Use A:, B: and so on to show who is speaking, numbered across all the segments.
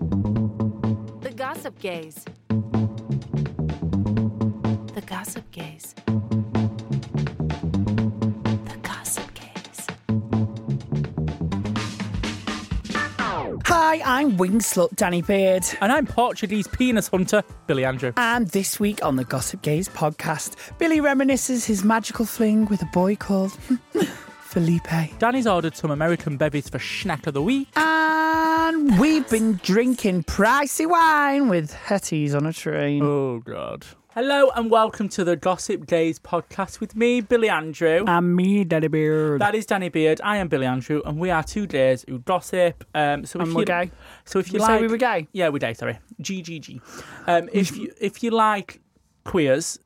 A: The Gossip Gaze. The Gossip Gaze. The Gossip Gaze.
B: Hi, I'm Wing Slut Danny Beard.
C: And I'm Portuguese penis hunter Billy Andrew.
B: And this week on the Gossip Gaze podcast, Billy reminisces his magical fling with a boy called Felipe.
C: Danny's ordered some American bevies for snack of the week.
B: And we've been drinking pricey wine with Hetties on a train.
C: Oh God. Hello and welcome to the Gossip Gaze podcast with me, Billy Andrew.
B: And me, Daddy Beard.
C: that is Danny Beard. I am Billy Andrew, and we are two gays who gossip. Um, so if
B: And
C: you,
B: we're gay.
C: So if you
B: We say
C: like,
B: we were gay?
C: Yeah, we're gay. Sorry, G G G. Um, if you if you like queers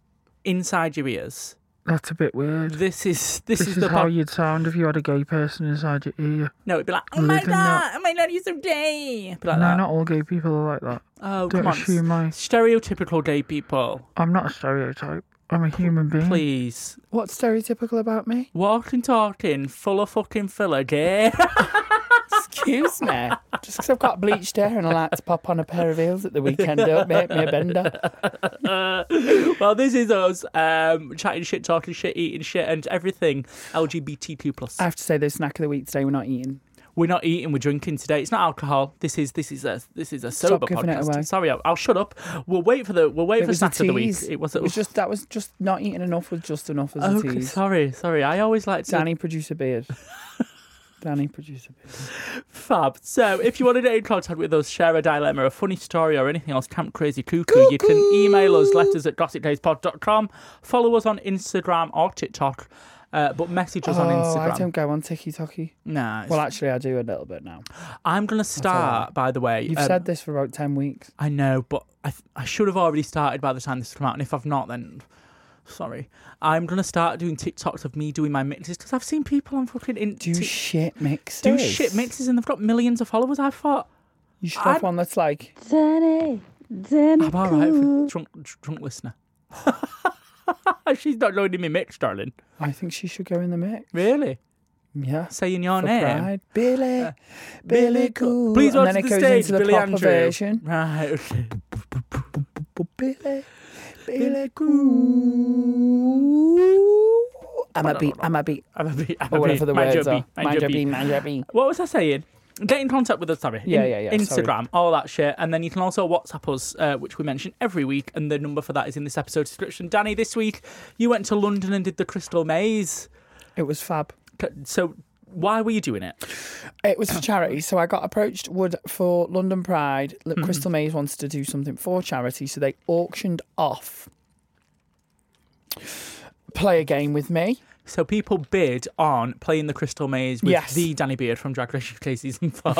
C: inside your ears,
B: That's a bit weird.
C: this is this, is, the pod-
B: you'd sound if you had a gay person inside your ear.
C: no. It'd be like, oh my
B: Living
C: god,
B: that-
C: oh my god, you're so gay. It'd be like that.
B: all gay people are like that.
C: oh,
B: don't
C: come on.
B: assume I-
C: Stereotypical gay people,
B: I'm not a stereotype. I'm a human being.
C: please.
B: What's stereotypical about me?
C: Walking, talking, full of fucking filler, gay.
B: Excuse me. Just because I've got bleached hair and I like to pop on a pair of heels at the weekend, don't make me a bender.
C: well, this is us um, chatting shit, talking shit, eating shit, and everything LGBTQ plus.
B: I have to say, the snack of the week today we're not eating.
C: we're not eating, we're drinking today. It's not alcohol. This is this is a this is a sober
B: giving it
C: podcast.
B: away.
C: Sorry, I'll, I'll shut up. We'll wait for the we'll wait for snack of the week. It was, a, Oh,
B: it was just that was just not eating enough was just enough as a
C: okay.
B: tease.
C: Sorry, sorry. I always like to
B: Danny producer beard. Danny producer beard.
C: Fab. So, if you want to get in contact with us, share a dilemma, a funny story, or anything else, Camp Crazy Cuckoo, you can email us letters at gossipdayspod.com. Follow us on Instagram or TikTok, uh, but message us on
B: Oh,
C: Instagram.
B: I don't go on ticky tocky.
C: Nah, it's-
B: Well, actually, I do a little bit now.
C: I'm going to start, by the way.
B: You've
C: um,
B: said this for about ten weeks.
C: I know, but I, th- I should have already started by the time this come out, and if I've not, then sorry. I'm going to start doing TikToks of me doing my mixes because I've seen people on fucking in-
B: Do
C: Tik-
B: shit mix.
C: do shit mixes and they've got millions of followers. I thought.
B: You should have
C: I'm-
B: one that's like
C: I'm all right
B: Mm.
C: for drunk, drunk listener. She's not going in my mix, darling.
B: I think she should go in the mix.
C: Really?
B: Yeah.
C: Saying your
B: For
C: name.
B: pride. Billy,
C: Uh,
B: Billy Cool.
C: Please
B: and
C: watch
B: then
C: the
B: it goes
C: stage,
B: into the
C: Billy
B: proper
C: Andrew.
B: version.
C: Right. okay.
B: Billy, Billy Cool. I'm a beat, I'm a beat.
C: I'm a bee. I'm
B: Or
C: a
B: whatever
C: bee.
B: the
C: Mind your
B: words are.
C: bee,
B: Mind your
C: bee.
B: bee, mind your bee.
C: What was I saying? Get in contact with us, sorry.
B: Yeah,
C: In-
B: yeah, yeah, sorry.
C: Instagram, all that shit. And then you can also WhatsApp us, uh, which we mention every week. And the number for that is in this episode description. Danny, this week you went to London and did the Crystal Maze.
B: It was fab.
C: C- So why were you doing it?
B: It was for charity, so I got approached Wood for London Pride.
C: Mm-hmm.
B: Look, Crystal Maze wanted to do something for charity, so they auctioned off. Play a game with me.
C: So people bid on playing the Crystal Maze with
B: Yes.
C: the Danny Beard from Drag Race UK season four.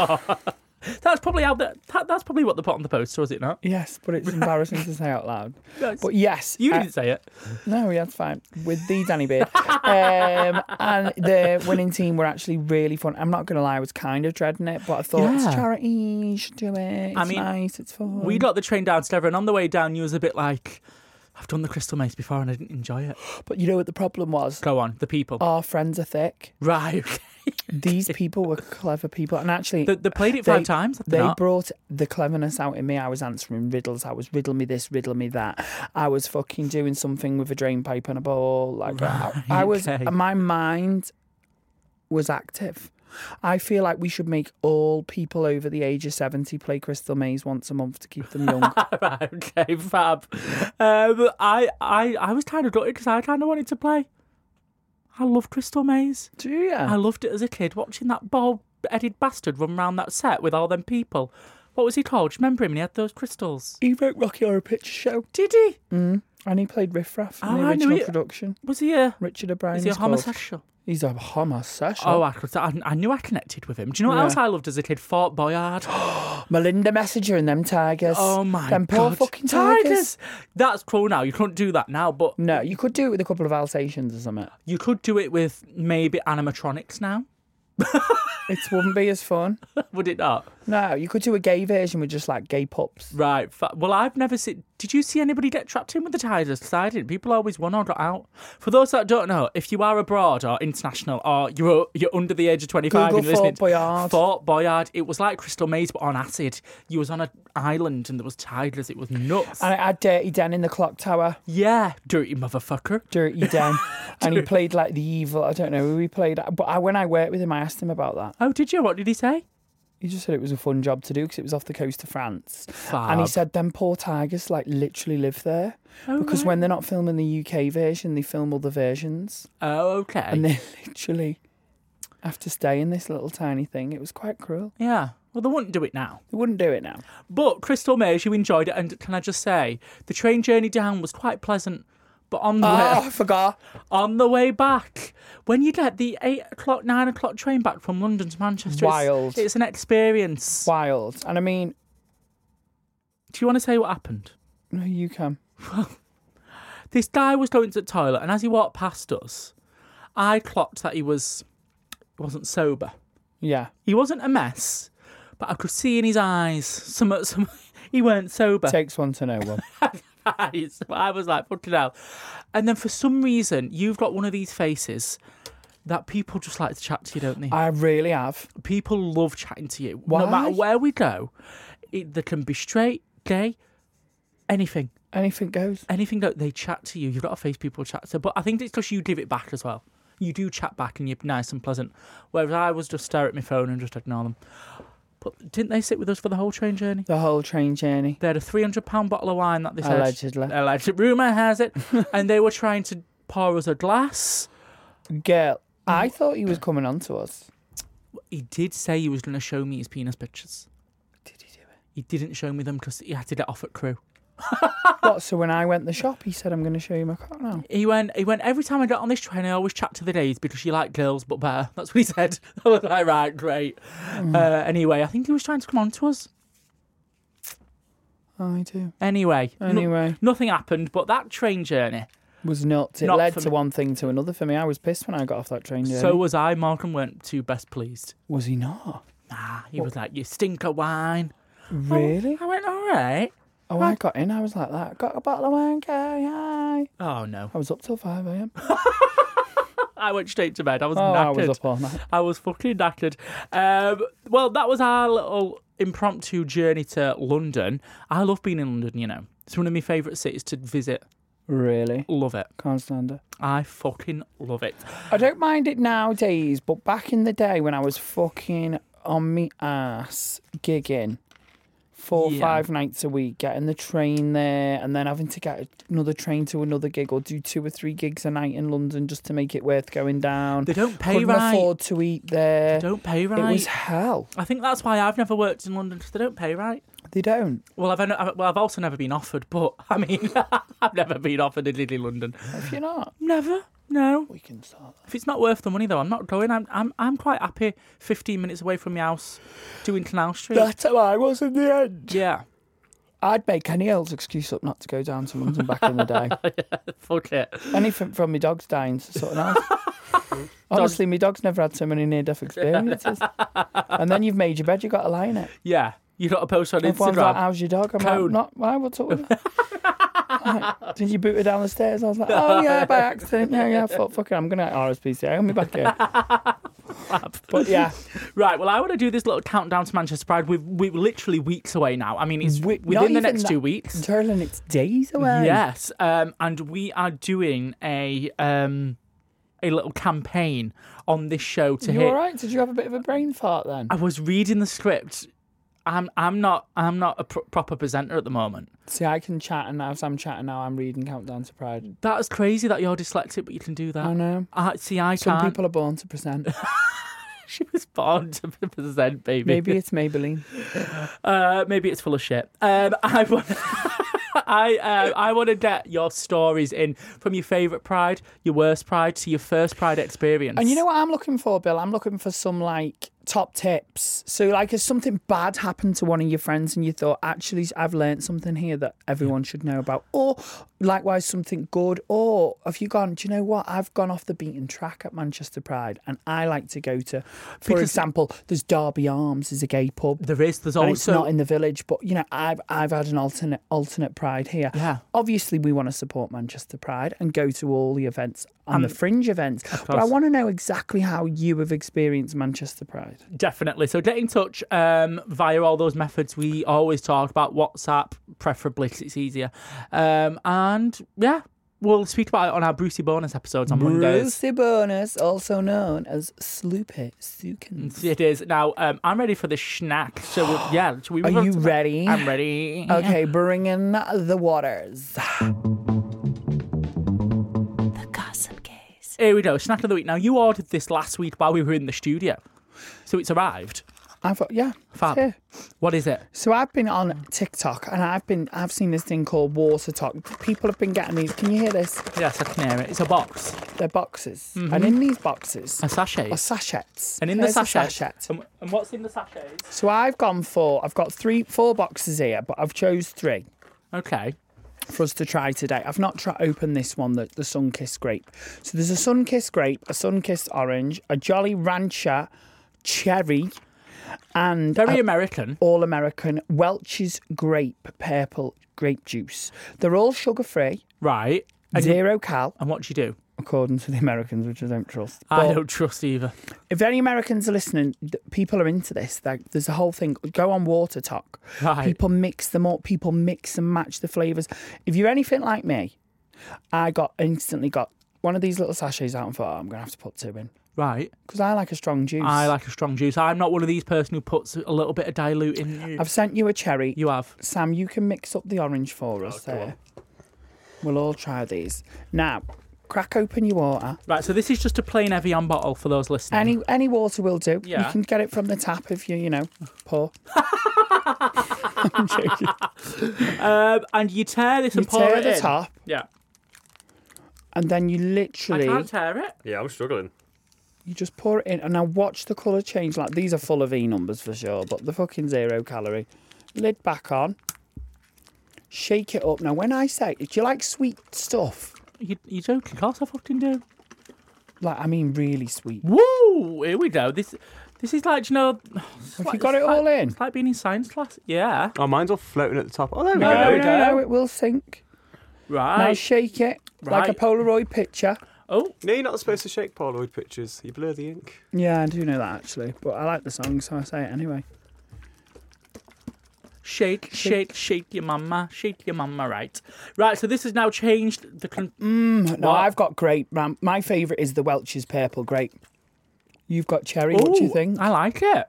C: that's probably out there. That, that's probably what they put on the poster, was it not?
B: Yes, but it's embarrassing to say out loud.
C: Yes.
B: But yes,
C: You
B: I-
C: didn't say it.
B: No, yeah, that's fine. With the Danny Beard. um, and the winning team were actually really fun. I'm not going to lie, I was kind of dreading it, but I thought it's
C: Yeah.
B: charity, you should do it. It's
C: I mean,
B: nice, it's fun.
C: We got the train down to Devon, and on the way down, you was a bit like, "I've done the Crystal Maze before, and I didn't enjoy it."
B: but you know what the problem was?
C: Go on, the people.
B: Our friends are thick.
C: Right. okay.
B: These people were clever people. And actually,
C: They- they played it five times, have they
B: They
C: not?
B: brought the cleverness out in me. I was answering riddles. I was riddle me this, riddle me that. I was fucking doing something with a drain pipe and a ball. Like, I, I was,
C: okay.
B: my mind was active. I feel like we should make all people over the age of 70 play Crystal Maze once a month to keep them young.
C: Right, okay, fab. Um, I, I, I was kind of gutted because I kind of wanted to play. I love Crystal Maze.
B: Do you?
C: I loved it as a kid, watching that bald-headed bastard run round that set with all them people. What was he called? Do you remember him? And he had those crystals.
B: He wrote Rocky Horror Picture Show.
C: Did he?
B: And he played Riff Raff in
C: Oh,
B: the
C: I knew
B: original
C: it.
B: production.
C: Was he a?
B: Richard O'Brien.
C: Is he a
B: he's called.
C: homosexual?
B: He's a homosexual.
C: Oh, I, could- I, I knew I connected with him. Do you know what
B: Yeah.
C: else I loved as a kid? Fort Boyard.
B: Melinda Messenger and them tigers.
C: Oh my
B: them
C: god!
B: poor fucking tigers.
C: That's cool now. You couldn't do that now, but
B: No, you could do it with a couple of Alsatians or something.
C: you could do it with maybe animatronics now,
B: It wouldn't be as fun.
C: would it not?
B: No, you could do a gay version with just like gay pups.
C: Right. fa- Well, I've never seen. Did you see anybody get trapped in with the tigers? 'Cause I didn't. People always won or got out. For those that don't know, if you are abroad or international or you're you're under the age of twenty five,
B: Google Fort Boyard.
C: Fort Boyard. It was like Crystal Maze, but on acid. You was on an island and there was tigers. It was nuts.
B: And it had Dirty Den in the clock tower.
C: yeah, dirty motherfucker.
B: Dirty Den. and he played like the evil, I don't know who he played. But I, when I worked with him, I asked him about that.
C: Oh, did you? What did he say?
B: He just said it was a fun job to do because it was off the coast of France.
C: Fab. Oh
B: And he said them poor tigers like literally live there. because when they're not filming the UK version, they film other versions.
C: Oh, okay.
B: And they literally have to stay in this little tiny thing. It was quite cruel.
C: yeah. Well, they wouldn't do it now.
B: They wouldn't do it now.
C: But Crystal Maze, you enjoyed it, and can I just say, the train journey down was quite pleasant. But on the
B: Oh,
C: way,
B: I forgot.
C: on the way back, when you get the eight o'clock, nine o'clock train back from London to Manchester, it's-
B: Wild.
C: It's, an experience.
B: Wild. And I mean,
C: Do you want to say what happened?
B: no, you can.
C: This guy was going to the toilet, and as he walked past us, I clocked that he was he wasn't sober.
B: Yeah.
C: He wasn't a mess, but I could see in his eyes some some he weren't sober.
B: Takes one to know one.
C: eyes. I was like, fucking hell. And then for some reason, you've got one of these faces that people just like to chat to you, don't they?
B: I really have.
C: people love chatting to you.
B: Why?
C: No matter where we go, it, they can be straight, gay, anything.
B: Anything goes.
C: Anything that they chat to you, you've got a face people chat to. But I think it's because you give it back as well. You do chat back and you're nice and pleasant. Whereas I was just stare at my phone and just ignore them. But didn't they sit with us for the whole train journey?
B: The whole train journey.
C: They had a three hundred pound bottle of wine that they said
B: Allegedly.
C: Alleged rumor has it, and they were trying to pour us a glass.
B: Girl, I thought he was coming on to us.
C: He did say he was going to show me his penis pictures. Did he do it? He didn't show me them because he had to get off at crew.
B: What? So when I went to the shop, he said, I'm going to show you my car now.
C: He went. He went. Every time I get on this train, I always chat to the days because you like girls, but better. That's what he said. I was like, right, great. Uh, anyway, I think he was trying to come on to us.
B: I do.
C: Anyway, no-
B: Anyway.
C: nothing happened. But that train journey.
B: Was nuts. It
C: Not
B: led
C: for
B: to
C: me.
B: one thing to another for me. I was pissed when I got off that train journey.
C: So was I. Malcolm weren't too best pleased.
B: was he not?
C: Nah, Ah, he was like, you stink of wine.
B: Really?
C: I went, all right.
B: Oh, I got in. I was like that. Got a bottle of wine, guy. hi.
C: Oh no!
B: I was up till 5 a.m.
C: I went straight to bed. I was
B: Oh, I
C: knackered.
B: was up all night.
C: I was fucking knackered. Um, well, that was our little impromptu journey to London. I love being in London. You know, it's one of my favourite cities to visit.
B: Really?
C: Love it.
B: Can't stand it.
C: I fucking love it.
B: I don't mind it nowadays, but back in the day when I was fucking on me ass gigging four,
C: Yeah.
B: five nights a week, getting the train there and then having to get another train to another gig or do two or three gigs a night in London just to make it worth going down.
C: They don't pay
B: Couldn't
C: right.
B: afford to eat there.
C: They don't pay
B: It
C: right.
B: was hell.
C: I think that's why I've never worked in London because they don't pay right.
B: They don't.
C: Well, I've, I've- well, I've also never been offered, but I mean, I've never been offered a in London.
B: If you're not,
C: Never. No.
B: we can start.
C: If it's not worth the money, though, I'm not going. I'm I'm I'm quite happy. Fifteen minutes away from my house, doing Canal Street.
B: That's how I was in the end.
C: yeah.
B: I'd make any old excuse up not to go down to London back in the day.
C: Fuck it.
B: Anything from my dog's dying to sort of nice. Honestly, my dog's never had so many near death experiences. and then you've made your bed, you've got to lie in it.
C: Yeah. You got a post on
B: Everyone's like,
C: Instagram.
B: How's your dog? I'm like,
C: Code.
B: Not, why? What's up with it? Like, Did you boot her down the stairs? I was like, Oh, yeah, by accident. Yeah, yeah, fuck, fuck it. I'm going to RSPCA. I'll be back here. but yeah,
C: Right. Well, I want to do this little countdown to Manchester Pride. We've we're literally weeks away now. I mean, it's
B: Wi- not
C: within the
B: even
C: next
B: that-
C: two weeks.
B: Darling, it's days away.
C: Yes. Um. And we are doing a um. a little campaign on this show to
B: You
C: hit.
B: all right? Did you have a bit of a brain fart then?
C: I was reading the script. I'm I'm not I'm not a pr- proper presenter at the moment.
B: See, I can chat, and as I'm chatting now, I'm reading Countdown to Pride.
C: That is crazy that you're dyslexic, but you can do that.
B: I know.
C: I, see, I
B: Some
C: can't.
B: people are born to present.
C: She was born to present, baby.
B: Maybe it's Maybelline.
C: Uh, maybe it's full of shit. Um, I want. I uh, I want to get your stories in from your favourite pride, your worst pride, to your first pride experience.
B: And you know what I'm looking for, Bill? I'm looking for some like top tips. So, like, if something bad happened to one of your friends and you thought, actually, I've learned something here that everyone should know about, or likewise, something good, or have you gone, do you know what? I've gone off the beaten track at Manchester Pride and I like to go to, for
C: Because-
B: example, there's Derby Arms, is a gay pub.
C: there is there's
B: and Oh, it's
C: also
B: not in the village, but you know, I've I've had an alternate alternate pride here.
C: Yeah.
B: Obviously, we want to support Manchester Pride and go to all the events and the fringe events. But I want to know exactly how you have experienced Manchester Pride.
C: definitely. So get in touch um, via all those methods we always talk about. WhatsApp, preferably, 'cause it's easier. Um, and yeah, we'll speak about it on our Brucey bonus episodes on Mondays.
B: Brucey Bonus, also known as Sloopy Sukins.
C: It is now. Um, I'm ready for the snack. So we'll, yeah, shall we
B: Are
C: move on
B: you
C: to-
B: ready?
C: I'm ready.
B: Okay, bring in the waters.
A: The Gossip Gaze.
C: Here we go, snack of the week. Now you ordered this last week while we were in the studio, so it's arrived.
B: I thought, yeah, it's
C: Fab.
B: here.
C: What is it?
B: So I've been on TikTok and I've been I've seen this thing called Water Talk. People have been getting these. Can you hear this?
C: Yes, I can hear it. It's a box,
B: They're boxes, and in these boxes
C: a sachet,
B: are sachets.
C: and in
B: There's
C: the
B: a
C: sachet. And, and what's in the sachets?
B: So I've gone for I've got three four boxes here, but I've chose three
C: Okay,
B: for us to try today. I've not tried opened this one, the, the sun kissed grape. So there's a sun kissed grape, a sun kissed orange, a jolly rancher cherry, and
C: very American.
B: all American Welch's grape purple grape juice. They're all sugar free,
C: Right. And,
B: zero cal,
C: and what do you do?
B: according to the Americans, which I don't trust.
C: I
B: But-
C: don't trust either.
B: if any Americans are listening, th- people are into this. Like, there's a whole thing. Go on Water Talk.
C: Right.
B: People mix them up. People mix and match the flavors. If you're anything like me, I got instantly got one of these little sachets out and thought, oh, I'm gonna have to put two in
C: Right.
B: because I like a strong juice.
C: I like a strong juice. I'm not one of these person who puts a little bit of dilute in.
B: I've sent you a cherry.
C: you have.
B: Sam, you can mix up the orange for us.
C: Oh,
B: there. We'll all try these now. Crack open your water.
C: Right. So this is just a plain Evian bottle for those listening.
B: Any any water will do.
C: Yeah.
B: You can get it from the tap if you you know pour. I'm joking.
C: Um, and you tear this
B: You
C: and pour
B: tear
C: it
B: the
C: in.
B: top,
C: Yeah.
B: and then you
C: I
B: literally
C: can't tear it.
D: Yeah, I'm struggling.
B: you just pour it in, and now watch the colour change. Like these are full of E numbers for sure, but the fucking zero calorie. Lid back on. Shake it up. Now, when I say, do you like sweet stuff?
C: You, you joking? Of course I fucking do.
B: Like, I mean, really sweet.
C: Woo! Here we go. This this is like, you know. Have
B: you got it all in?
C: It's like being in science class. Yeah.
D: Oh, mine's all floating at the top. Oh, there we
C: No,
D: go. Um,
B: No, no,
C: don't.
B: no, it will sink. Now
C: Right.
B: shake it like a
C: Right.
B: Polaroid picture.
C: Oh,
D: No, you're not supposed to shake Polaroid pictures. You blur the ink.
B: Yeah, I do know that actually, but I like the song, so I say it anyway.
C: shake, shake, shake your mama, shake your mama, right? Right, so this has now changed the. Con-
B: Mm, No,
C: What?
B: I've got grape. man. My favourite is the Welch's purple grape. You've got cherry. what do you
C: Ooh,
B: think?
C: I like it.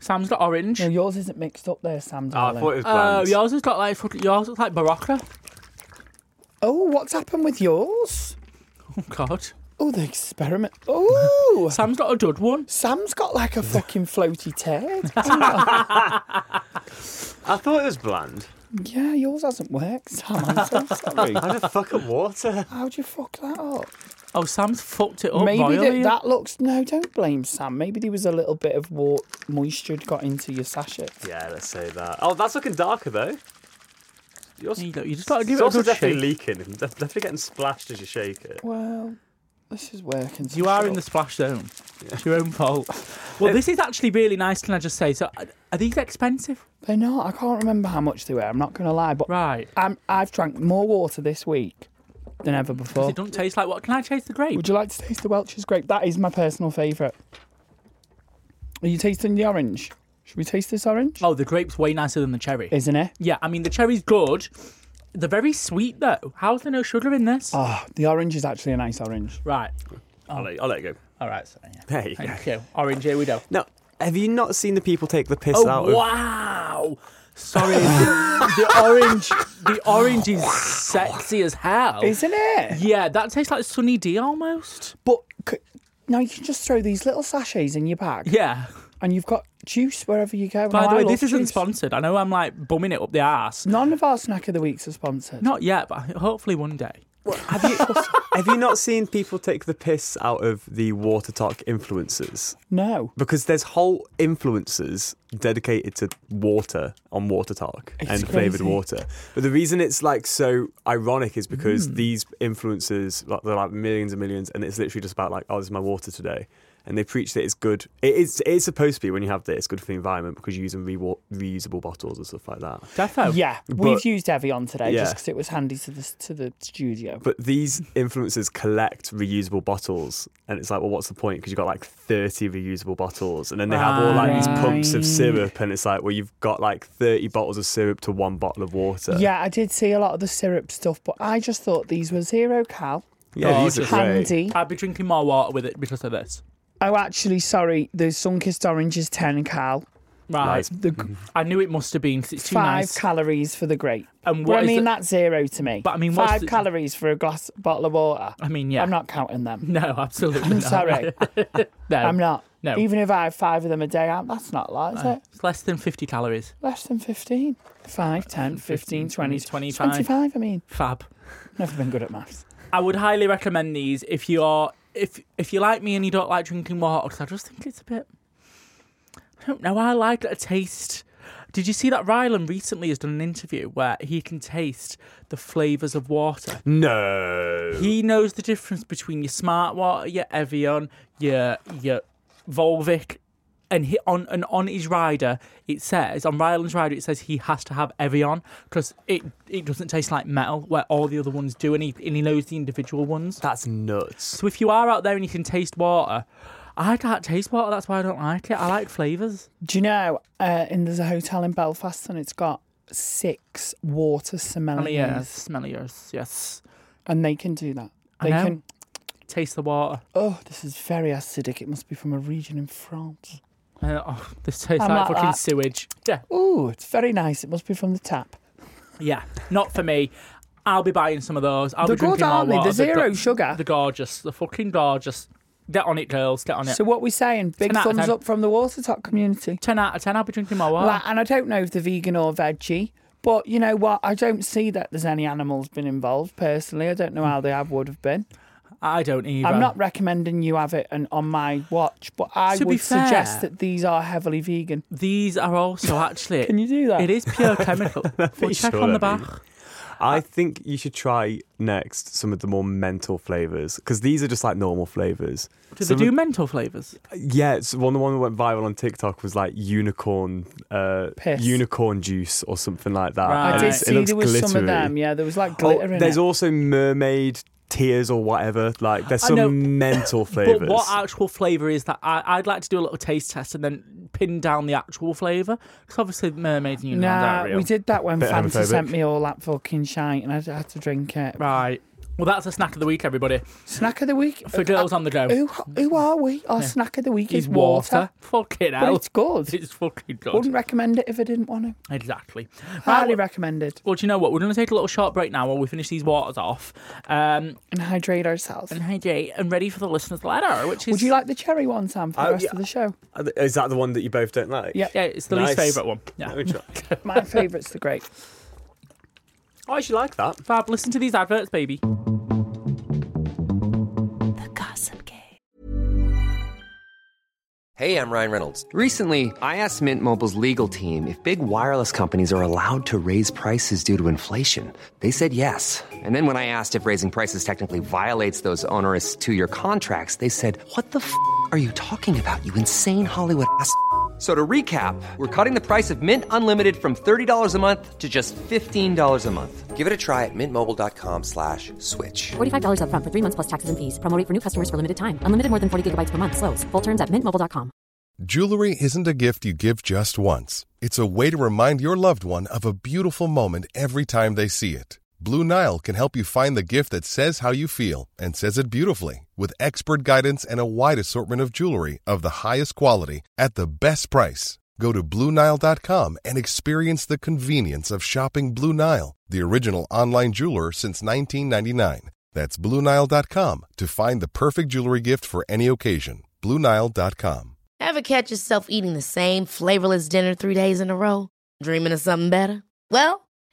C: Sam's got orange.
B: No, yours isn't mixed up there, Sam.
D: Oh, I
B: Darling.
D: thought it was
C: Oh,
D: bland.
C: yours has got like fucking. Yours looks like Barocca.
B: Oh, what's happened with yours?
C: Oh, God.
B: Oh, the experiment. Oh,
C: Sam's got a dud one.
B: Sam's got like a fucking floaty ted.
D: I thought it was bland.
B: yeah, yours hasn't worked, Sam. I'm so sorry.
D: I just fuck up water.
B: How'd you fuck that up?
C: Oh, Sam's fucked it up.
B: Maybe
C: royally.
B: that, that looks. No, don't blame Sam. Maybe there was a little bit of what moisture got into your sachet.
D: Yeah, let's say that. Oh, that's looking darker though. Yours,
C: You, go, you just gotta give
D: yours
C: it a
D: is
C: good
D: definitely
C: shake.
D: leaking. It's def- Definitely getting splashed as you shake it.
B: Well, this is working.
C: You are in the splash zone. It's your own fault. Well, this is actually really nice. Can I just say? So, are- are these expensive?
B: They're not. I can't remember how much they were. I'm not going to lie, but
C: Right.
B: I'm, I've drank more water this week than ever before.
C: It don't taste like what? Can I taste the grape?
B: Would you like to taste the Welch's grape? That is my personal favourite. Are you tasting the orange? Should we taste this orange?
C: Oh, the grape's way nicer than the cherry.
B: Isn't it?
C: yeah, I mean the cherry's good. They're very sweet though. How's there no sugar in this?
B: Ah, Oh, the orange is actually a nice orange.
C: right.
D: I'll, let, I'll let it go.
C: All right, sorry. Yeah.
E: There you
C: Thank
E: go.
C: you. Orange, here we go.
E: No, have you not seen the people take the piss out
C: Oh
E: of?
C: wow! Sorry, the orange, the orange is sexy as hell,
B: Isn't it?
C: Yeah, that tastes like Sunny D almost.
B: But c- now you can just throw these little sachets in your bag,
C: Yeah.
B: and you've got juice wherever you go.
C: By
B: Now,
C: the
B: I
C: way,
B: love
C: this isn't
B: juice.
C: sponsored. I know I'm like bumming it up the ass.
B: None of our snack of the weeks are sponsored.
C: Not yet, but hopefully one day.
E: Have you have you not seen people take the piss out of the water talk influencers?
B: No.
E: Because there's whole influencers dedicated to water on water talk and flavored
B: crazy.
E: water. But the reason it's like so ironic is because these influencers, like, they're like millions and millions, and it's literally just about like, oh, this is my water today. And they preach that it's good. It is. It's supposed to be when you have that. It's good for the environment because you're using rewa- reusable bottles and stuff like that.
C: Defo.
B: Yeah, we've used Evian today
E: Yeah.
B: just because it was handy to the to the studio.
E: But these influencers collect reusable bottles, and it's like, well, what's the point? Because you've got like 30 reusable bottles, and then they have all like these pumps of syrup, and it's like, well, you've got like 30 bottles of syrup to one bottle of water.
B: yeah, I did see a lot of the syrup stuff, but I just thought these were zero cal,
E: yeah, these are
C: Gorgeous.
E: great.
B: handy.
C: I'd be drinking more water with it because of this.
B: Oh, actually, sorry, the Sunkist orange is ten cal,
C: Right.
E: Nice.
B: the g-
C: I knew it must have been 'cause it's too
B: five
C: nice.
B: calories for the grape.
C: And
B: But
C: what
B: I
C: is
B: mean,
C: the-
B: that's zero to me.
C: But I mean, what's
B: five
C: the-
B: calories for a glass bottle of water.
C: I mean, yeah.
B: I'm not counting them.
C: no, absolutely
B: I'm
C: not.
B: sorry,
C: No.
B: I'm not.
C: No. Uh,
B: Even if I have five of them a day, I'm, that's not a lot, is it?
C: It's less than 50 calories.
B: Less than 15. 5, 10, 15, 20,
C: 25.
B: 25, I mean.
C: Fab.
B: Never been good at maths.
C: I would highly recommend these if you're if if you like me and you don't like drinking water 'cause I just think it's a bit. I don't know. I like a taste. Did you see that Rylan recently has done an interview where he can taste the flavors of water?
E: No.
C: He knows the difference between your smart water, your Evian, your your Volvic, and he, on and on his rider it says on Ryland's rider it says he has to have Evian because it it doesn't taste like metal where all the other ones do, and he and he knows the individual ones.
E: That's nuts.
C: So if you are out there and you can taste water, I can't taste water. That's why I don't like it. I like flavors.
B: Do you know, uh, and there's a hotel in Belfast and it's got six water sommeliers.
C: Yes, smelly yours. Yes,
B: And they can do that. They
C: know.
B: can,
C: taste the water.
B: oh, this is very acidic. It must be from a region in France.
C: Uh, oh, this tastes
B: I'm like
C: like fucking
B: that.
C: sewage. Yeah.
B: Oh, it's very nice. It must be from the tap.
C: Yeah, not for me. I'll be buying some of those. I'll
B: They're
C: be drinking
B: good, aren't
C: more
B: they? They're
C: water.
B: zero
C: go-
B: sugar.
C: They're gorgeous. The fucking gorgeous. Get on it, girls. Get on it.
B: So, what we saying? Big
C: 10 out of
B: thumbs
C: 10.
B: up from the water top community.
C: ten out of ten. I'll be drinking my water.
B: Like, and I don't know if they're vegan or veggie, but you know what? I don't see that there's any animals been involved personally. I don't know how they have would have been.
C: I don't either.
B: I'm not recommending you have it and on my watch, but I
C: To be
B: would suggest
C: fair-
B: that these are heavily vegan.
C: These are also actually.
B: Can you do that?
C: It is pure chemical. we'll check
E: sure
C: on the
E: that
C: back.
E: I think you should try next some of the more mental flavors because these are just like normal flavors.
C: Do
E: Some
C: they do
E: of-
C: mental flavors?
E: Yeah, it's one the one that went viral on TikTok was like unicorn, uh,
B: Piss.
E: unicorn juice or something like that.
C: Right.
E: And
B: I did
E: it's- it
B: see
E: looks
B: there was some
E: glittery.
B: of them. Yeah, there was like
E: Oh,
B: glitter in
E: there's
B: it.
E: also mermaid tears or whatever. Like there's
C: I know,
E: some mental flavors.
C: But what actual flavour is that? I, I'd like to do a little taste test and then pin down the actual flavour. Because obviously, mermaids and unicorns
B: Nah,
C: aren't real.
B: we did that when
E: Bit
B: Fanta
E: homophobic.
B: sent me all that fucking shite and I had to drink it.
C: Right. Well, that's a snack of the week, everybody.
B: Snack of the week.
C: For girls on the go.
B: Who, who are we? Our snack of the week is
C: Is
B: water.
C: Fucking
B: But
C: hell.
B: it's good.
C: It's fucking good.
B: Wouldn't recommend it if I didn't want to.
C: Exactly.
B: Highly
C: Right,
B: recommended.
C: well, do you know what? We're going to take a little short break now while we finish these waters off. Um,
B: And hydrate ourselves.
C: and hey, Jay, I'm ready for the listener's letter, which is.
B: Would you like the cherry one, Sam, for the
E: Oh,
B: rest
E: yeah.
B: of the show?
E: is that the one that you both don't like?
B: Yeah.
C: Yeah, it's the least
E: Nice.
C: favourite one.
E: Let
C: Yeah.
E: me try.
B: My favourite's the grape.
E: I actually like that.
C: Fab, listen to these adverts, baby.
A: The Gossip Gaze.
F: Hey, I'm Ryan Reynolds. Recently, I asked Mint Mobile's legal team if big wireless companies are allowed to raise prices due to inflation. They said yes. And then when I asked if raising prices technically violates those onerous two year contracts, they said, What the f are you talking about, you insane Hollywood ass? f- So to recap, we're cutting the price of Mint Unlimited from $30 a month to just $15 a month. Give it a try at mintmobile.com slash switch.
G: $45 upfront for three months plus taxes and fees. Promo rate for new customers for limited time. Unlimited more than 40 gigabytes per month. Slows. Full terms at mintmobile.com.
H: Jewelry isn't a gift you give just once. It's a way to remind your loved one of a beautiful moment every time they see it. Blue Nile can help you find the gift that says how you feel and says it beautifully with expert guidance and a wide assortment of jewelry of the highest quality at the best price. Go to BlueNile.com and experience the convenience of shopping Blue Nile, the original online jeweler since 1999. That's BlueNile.com to find the perfect jewelry gift for any occasion. BlueNile.com.
I: Ever catch yourself eating the same flavorless dinner three days in a row? Dreaming of something better? Well,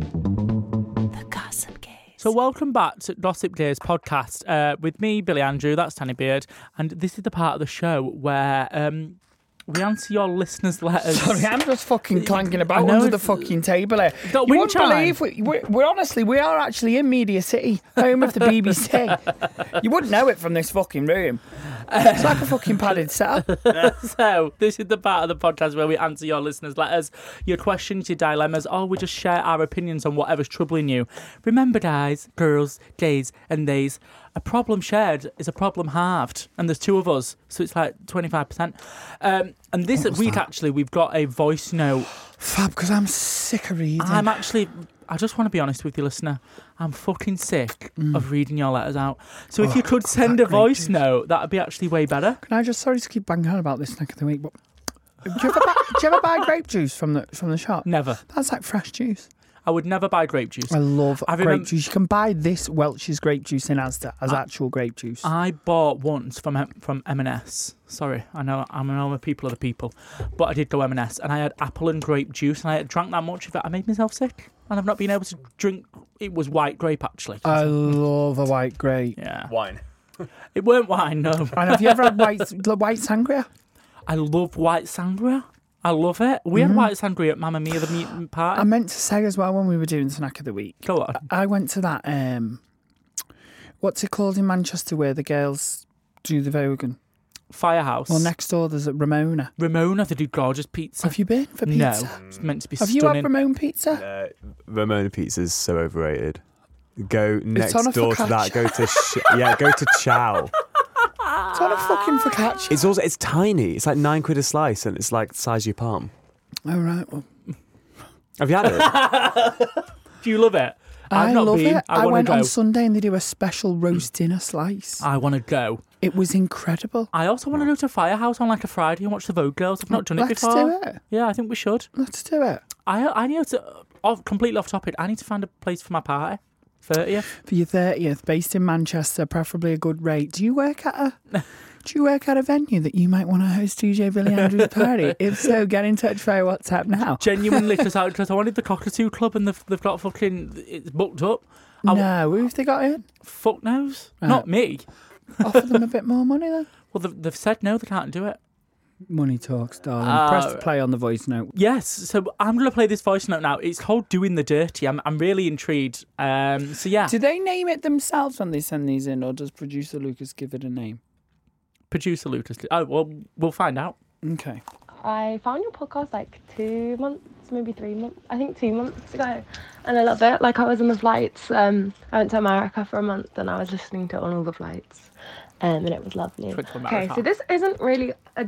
A: The Gossip Gaze.
C: So, welcome back to Gossip Days podcast uh, with me, Billy Andrew. That's Tanny Beard, and this is the part of the show where um, we answer your listeners' letters.
B: Sorry, I'm just fucking clanking
C: I
B: about
C: know
B: under
C: it-
B: the fucking table here.
C: Got
B: you
C: wind
B: wouldn't
C: chime.
B: believe we, we're, we're honestly we are actually in Media City, home of the BBC. you wouldn't know it from this fucking room. It's like a fucking padded cell.
C: so this is the part of the podcast where we answer your listeners' letters, your questions, your dilemmas, or we just share our opinions on whatever's troubling you. Remember, guys, girls, days, and days, a problem shared is a problem halved, and there's two of us, so it's like twenty five percent. Um, And this week, actually, we've got a voice note.
B: Fab, because I'm sick of reading.
C: I'm actually. I just want to be honest with you, listener. I'm fucking sick of reading your letters out. So if you could send a voice note, that'd be actually way better.
B: Can I just sorry to keep banging on about this snack of the week, but do you ever buy, do you ever buy grape juice from the from the shop?
C: Never.
B: That's like fresh juice.
C: I would never buy grape juice.
B: I love
C: I remem-
B: grape juice. You can buy this Welch's grape juice in Asda as actual grape juice.
C: I bought once from M- from M&S. Sorry, I know I'm an a people are the people, but I did go M&S and I had apple and grape juice and I drank that much of it. I made myself sick and I've not been able to drink. It was white grape actually.
B: I love a white grape.
C: yeah,
D: Wine.
C: it weren't wine. No,
B: And have you ever had white white sangria?
C: I love white sangria. I love it. We
B: Mm-hmm.
C: had white sangria at Mamma Mia the meat party.
B: I meant to say as well when we were doing snack of the week.
C: go on.
B: I went to that. um What's it called in Manchester where the girls do the Vogan?
C: Firehouse.
B: Well, next door there's a Ramona.
C: Ramona, they do gorgeous pizza.
B: Have you been for pizza?
C: no, it's meant to be
B: Have you had
C: stunning.
B: Ramona pizza?
E: Uh, Ramona Pizza's so overrated. Go next
B: on a
E: door to that.
B: focaccia.
E: Go to sh- yeah. Go to Chow.
B: It's on a fucking focaccia.
E: It's also it's tiny. It's like nine quid a slice, and it's like the size of your palm.
B: All right. Well,
E: Have you had it?
C: do you love it? I've
B: I
C: not
B: love
C: been.
B: it.
C: I,
B: I,
C: want
B: went
C: to go. Ah.
B: on Sunday and they do a special roast dinner slice.
C: I want to go.
B: It was incredible.
C: I also want to go to Firehouse on like a Friday and watch the Vogue Girls. I've not done it
B: Let's do
C: before.
B: it.
C: Yeah, I think we should.
B: Let's do it
C: I I need to off, completely off topic. I need to find a place for my party. Thirtieth.
B: for your thirtieth, based in Manchester, preferably a good rate. Do you work at a? Do you work at a venue that you might want to host DJ Billy Andrews party? If so, get in touch via WhatsApp now.
C: Genuinely, because I, 'cause I wanted the Cockatoo Club and they've, they've got fucking it's booked up. I,
B: no, who have they got in?
C: Fuck knows. Not me.
B: Offer them a bit more money then.
C: Well, they've, they've said no. They can't do it.
B: Money talks, darling.
C: Ah.
B: Press the play on the voice note.
C: Yes. So I'm gonna play this voice note now. It's called "Doing the Dirty." I'm I'm really intrigued. Um. So yeah,
B: Do they name it themselves when they send these in, or does producer Lucas give it a name?
C: producer Lucas. Oh well, we'll find out.
B: Okay.
J: I found your podcast like two months, maybe three months, I think two months ago, and I love it. Like I was on the flights, um, I went to America for a month, and I was listening to it on all the flights, um, and it was lovely.
C: Went
J: Okay,
C: to America.
J: so this isn't really a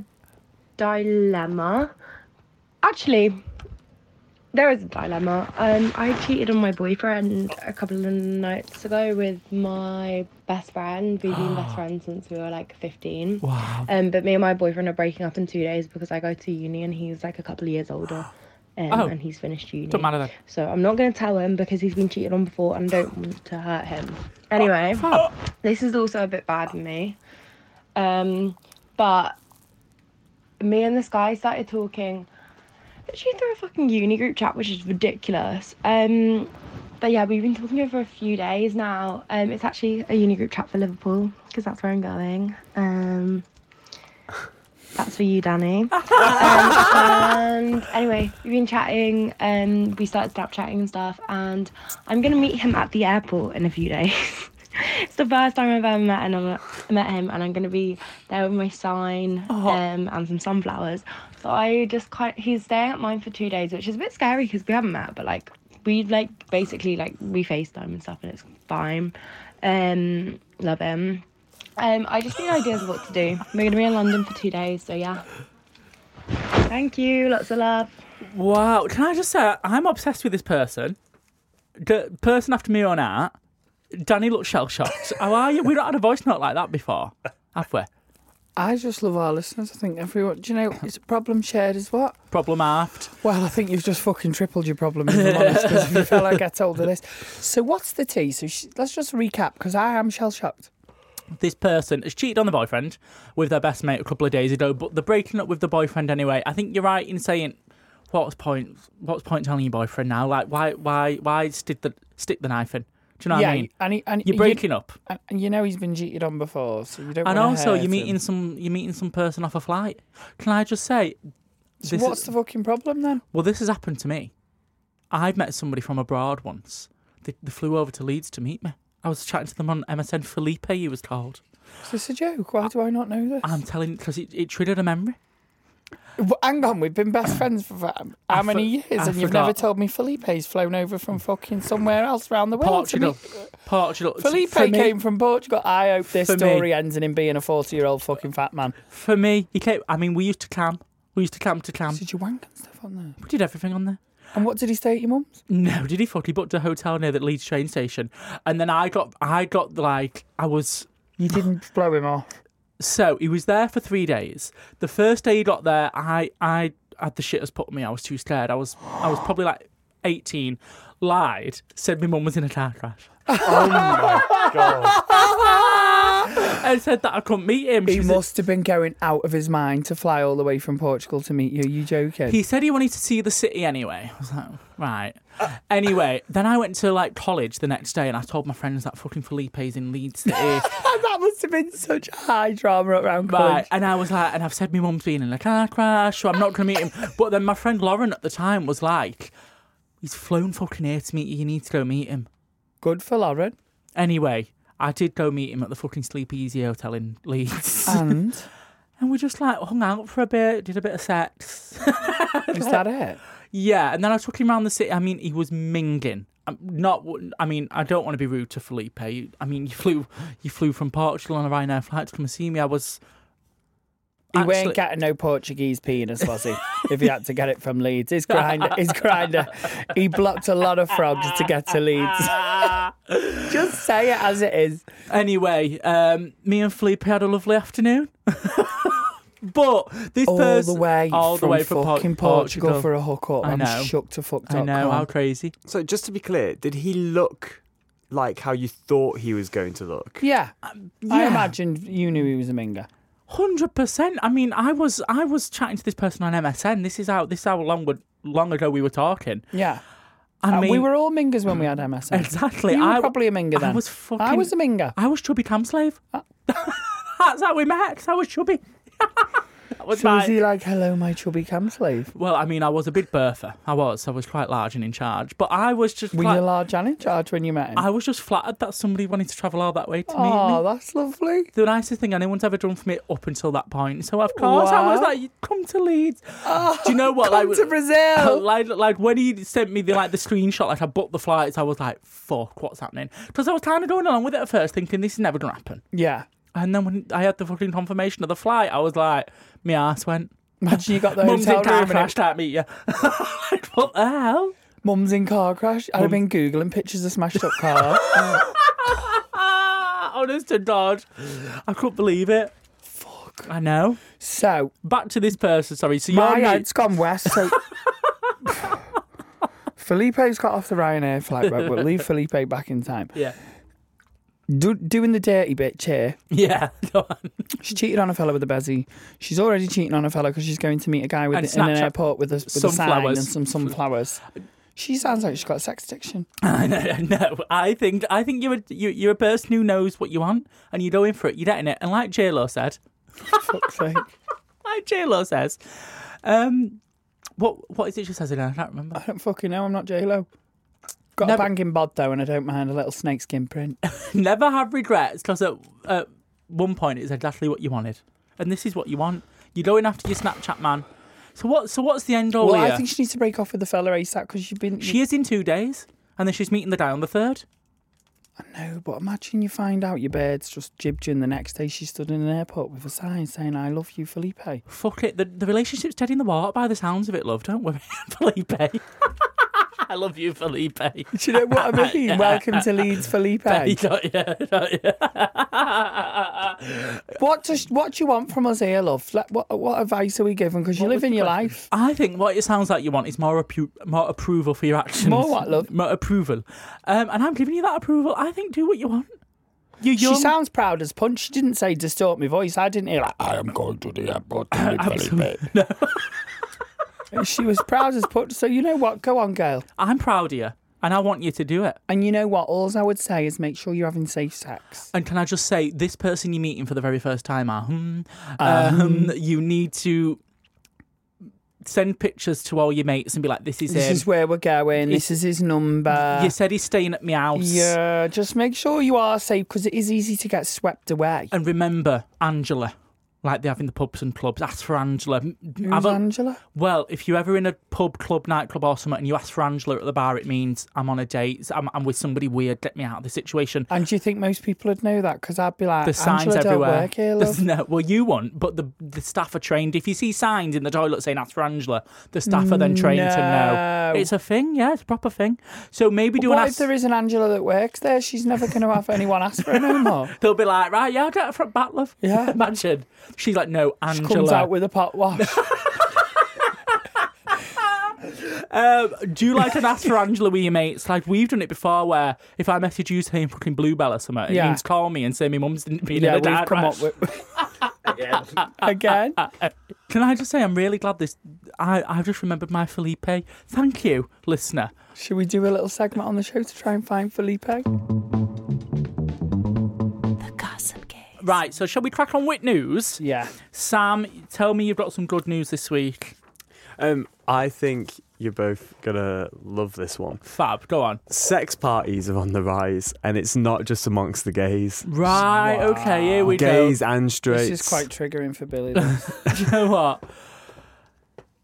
J: dilemma. Actually, there is a dilemma. Um, I cheated on my boyfriend a couple of nights ago with my best friend. We've been best friends since we were like 15.
C: Wow.
J: Um, but me and my boyfriend are breaking up in two days because I go to uni and he's like a couple of years older. Um,
C: Oh.
J: And he's finished uni.
C: Don't matter then.
J: So I'm not going to tell him because he's been cheated on before and I don't want to hurt him. Anyway, this is also a bit bad of me. Um, but me and this guy started talking literally through a fucking uni group chat, which is ridiculous. Um, but yeah, we've been talking over a few days now. Um, it's actually a uni group chat for Liverpool because that's where I'm going. Um, that's That's for you, Danny. um, and anyway, we've been chatting. Um, we started Snapchatting and stuff. And I'm gonna meet him at the airport in a few days. it's the first time I've ever met and I'm, met him, and I'm gonna be there with my sign
C: Oh.
J: um, and some sunflowers. So I just quite he's staying at mine for two days, which is a bit scary because we haven't met, but like we like basically like we FaceTime and stuff, and it's fine. Um, love him. Um, I just need ideas of what to do. We're gonna be in London for two days, so yeah. Thank you. Lots of love.
C: Wow. Can I just say, I'm obsessed with this person. The person after me on art, Danny looks shell shocked. How are you? We've not had a voice note like that before, have we?
B: I just love our listeners. I think everyone. Do you know it's a problem shared is what?
C: Problem aft.
B: Well, I think you've just fucking tripled your problem. If I'm honest, 'cause if you fella gets hold of this. So what's the tea? So sh- let's just recap because I am shell shocked.
C: This person has cheated on the boyfriend with their best mate a couple of days ago, but they're breaking up with the boyfriend anyway. I think you're right in saying, what's point? What's point telling your boyfriend now? Like, why, why, why stick the stick the knife in? Do you know
B: yeah,
C: what I mean?
B: and, he, and
C: you're
B: you-
C: breaking up,
B: and, and you know he's been cheated on before, so you don't.
C: and
B: wanna
C: also
B: hurt
C: you're
B: him.
C: meeting some you're meeting some person off a flight. Can I just say,
B: So
C: this
B: what's
C: is-
B: the fucking problem then?
C: Well, this has happened to me. I've met somebody from abroad once. They, they flew over to Leeds to meet me. I was chatting to them on MSN. Felipe, he was called.
B: Is this a joke? Why do I not know this?
C: I'm telling because it, it triggered a memory.
B: Well, hang on, we've been best friends for fa-
C: I
B: how
C: for-
B: many years,
C: I
B: and you've never
C: forgot.
B: told me Felipe's flown over from fucking somewhere else around the world. to
C: Portugal.
B: meet-
C: Portugal.
B: Felipe
C: For me-
B: came from Portugal. I hope this
C: For me.
B: story ends in him being a forty-year-old fucking fat man.
C: For me, he came. I mean, we used to camp. We used to camp to camp.
B: Did you wank and stuff on there?
C: We did everything on there.
B: And what did he stay at your mum's?
C: No, did he fuck? He booked a hotel near the Leeds train station, and then I got, I got like, I was.
B: You didn't blow him off.
C: So he was there for three days. The first day he got there, I, I had the shit has put me. I was too scared. I was, I was probably like eighteen. Lied, said my mum was in a car crash, and said that I couldn't meet him.
B: He
C: She was-
B: must have been going out of his mind to fly all the way from Portugal to meet you. you joking?
C: He said he wanted to see the city anyway. I was like, right. Anyway, then I went to like college the next day and I told my friends that fucking Felipe's in Leeds City.
B: that must have been such high drama around
C: Right,
B: college.
C: and I was like, and I've said my mum's been in a car crash, so I'm not going to meet him. But then my friend Lauren at the time was like, he's flown fucking here to meet you, you need to go meet him.
B: Good for Lauren.
C: Anyway, I did go meet him at the fucking Sleep Easy Hotel in Leeds.
B: And
C: and we just like hung out for a bit, did a bit of sex.
B: is that it?
C: Yeah, and then I took him around the city. I mean, he was minging. I'm not. I mean, I don't want to be rude to Felipe. I mean, you flew, you flew from Portugal on a Ryanair flight to come and see me. I was.
B: He
C: actually-
B: weren't getting no Portuguese penis, was he? if he had to get it from Leeds, his grinder, his grinder, he blocked a lot of frogs to get to Leeds. Just say it as it is.
C: Anyway, um, me and Felipe had a lovely afternoon. but this
B: All
C: person
B: the way,
C: all the
B: from
C: way from Por-
B: fucking Portugal,
C: Portugal.
B: for a hookup.
C: I
B: I'm
C: know.
B: shook to fuck.
C: I know how crazy.
E: So just to be clear, did he look like how you thought he was going to look?
B: Yeah. I
C: yeah.
B: imagined you knew he was a minger.
C: Hundred percent. I mean, I was I was chatting to this person on MSN. This is how this is how long would- long ago we were talking.
B: Yeah.
C: I
B: Uh, we
C: mean-
B: were all mingers when we had MSN.
C: Exactly.
B: You were
C: I-
B: probably a minger
C: I
B: then.
C: was
B: I
C: fucking-
B: was a minger. Uh
C: I was chubby cam slave. That's how we met. 'cause I was chubby. that was
B: So was
C: my-
B: he like, hello, my chubby cam slave?
C: Well, I mean, I was a big birther. I was. I was quite large and in charge. But I was just.
B: Were
C: quite-
B: you large and in charge when you met him?
C: I was just flattered that somebody wanted to travel all that way to
B: oh,
C: meet me.
B: that's lovely.
C: The nicest thing anyone's ever done for me up until that point. So of course I was
B: Wow.
C: like, "Come to Leeds." Do you know what?
B: Oh, come
C: like
B: to Brazil.
C: Like, like when he sent me the like the screenshot, like I booked the flights. I was like, "Fuck, what's happening?" Because I was kind of going along with it at first, thinking this is never gonna happen.
B: Yeah.
C: And then when I had the fucking confirmation of the flight, I was like, my ass went.
B: Imagine you got the
C: Mum's
B: hotel
C: in
B: room
C: car
B: and
C: crash,
B: it-
C: can't meet you. Like, what the hell?
B: Mum's in car crash. I'd have been googling pictures of smashed up cars.
C: Ah, honest to God, I couldn't believe it. Fuck. I know.
B: So
C: back to this person. Sorry. So
B: My
C: you're
B: head's gone west. So Felipe's got off the Ryanair flight, right? But leave Felipe back in time.
C: Yeah.
B: Do, doing the dirty bitch here.
C: Yeah. Go on.
B: She cheated on a fella with a bezzy. She's already cheating on a fella because she's going to meet a guy with
C: And
B: in an
C: Snapchat
B: airport with a, with a sign and
C: sunflowers.
B: some sunflowers. She sounds like she's got a sex addiction.
C: I know. No, I think I think you're a, you, you're a person who knows what you want and you go in for it. You're getting it. And like J Lo said,
B: Fuck's sake.
C: J Lo says. Um, what what is it she says again? I can't remember.
B: I don't fucking know. I'm not J Lo. Got a banging bod though, and I don't mind a little snakeskin print.
C: Never have regrets because at, at one point it's exactly what you wanted, and this is what you want. You're going after your Snapchat man. So what? So what's the end all?
B: well,
C: here?
B: I think she needs to break off with the fella ASAP because she's been.
C: she is in two days, and then she's meeting the guy on the third.
B: No, Oh, but imagine you find out your bird's just jibbed you, and the next day she stood in an airport with a sign saying, I love you, Felipe.
C: Fuck it, the, the relationship's dead in the water by the sounds of it, love. Don't worry, Felipe. I love you, Felipe. Do
B: you know what I mean? Welcome to Leeds, Felipe.
C: yeah,
B: what does what do you want from us here, love? Like, what what advice are we giving? Because you're living your life.
C: I think what it sounds like you want is more appu- more approval for your actions.
B: More what, love?
C: More approval. Um, and I'm giving you that approval. I think do what you want. You're
B: She
C: young.
B: sounds proud as punch. She didn't say distort my voice. I didn't hear like I am going to the airport to meet Felipe. she was proud as punch. So you know what? Go on, girl.
C: I'm proud of you, and I want you to do it.
B: And you know what? All I would say is make sure you're having safe sex.
C: And can I just say, this person you're meeting for the very first time, ah, hmm,
B: hmm.
C: um, you need to send pictures to all your mates and be like, "This is
B: This
C: him.
B: is where we're going. This is his number.
C: you said he's staying at my house."
B: Yeah, just make sure you are safe because it is easy to get swept away.
C: And remember, Angela, like they have in the pubs and clubs, ask for Angela. M-
B: Who's
C: have a-
B: Angela?
C: Well, if you're ever in a pub, club, nightclub, or something, and you ask for Angela at the bar, it means I'm on a date. I'm, I'm with somebody weird. Get me out of this situation.
B: And do you think most people would know that? Because I'd be like,
C: the signs
B: Angela
C: everywhere.
B: don't work here,
C: There's
B: love.
C: no- well, you won't, but the the staff are trained. If you see signs in the toilet saying "Ask for Angela," the staff are then trained to know.
B: No.
C: It's a thing, yeah, it's a proper thing. So maybe do an
B: What if
C: ask.
B: there is an Angela that works there? She's never going to have anyone ask for her no more.
C: They'll be like, right, yeah, I'll get a front back, love.
B: Yeah.
C: Imagine. She's like, no, Angela.
B: Comes out with a pot wash.
C: Um, do you like an ask for Angela with your mates? Like we've done it before, where if I message you saying fucking bluebell or something, it
B: Yeah.
C: means call me and say my mum's didn't be
B: yeah,
C: in a
B: we've
C: dad
B: come
C: rash.
B: up with. Again.
C: Can I just say I'm really glad this. I I've just remembered my Felipe. Thank you, listener.
B: Should we do a little segment on the show to try and find Felipe?
A: Gossip Game.
C: Right, so shall we crack on with news?
B: Yeah.
C: Sam, tell me you've got some good news this week.
E: Um, I think you're both gonna love this one.
C: Fab, go on.
E: Sex parties are on the rise, and it's not just amongst the gays.
C: Right, okay, here we
E: gays
C: go.
E: and straights.
B: This is quite triggering for Billy. this.
C: you know what?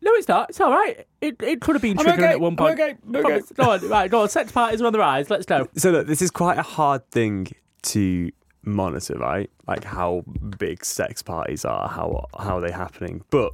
C: No, it's not. It's all right. It, it could have been
B: I'm
C: triggering
B: okay,
C: at one
B: I'm
C: point.
B: okay, I'm okay.
C: Promise. Go on, right, go on. Sex parties are on the rise. Let's go.
E: So look, this is quite a hard thing to monitor, right? Like how big sex parties are, how how are they happening? But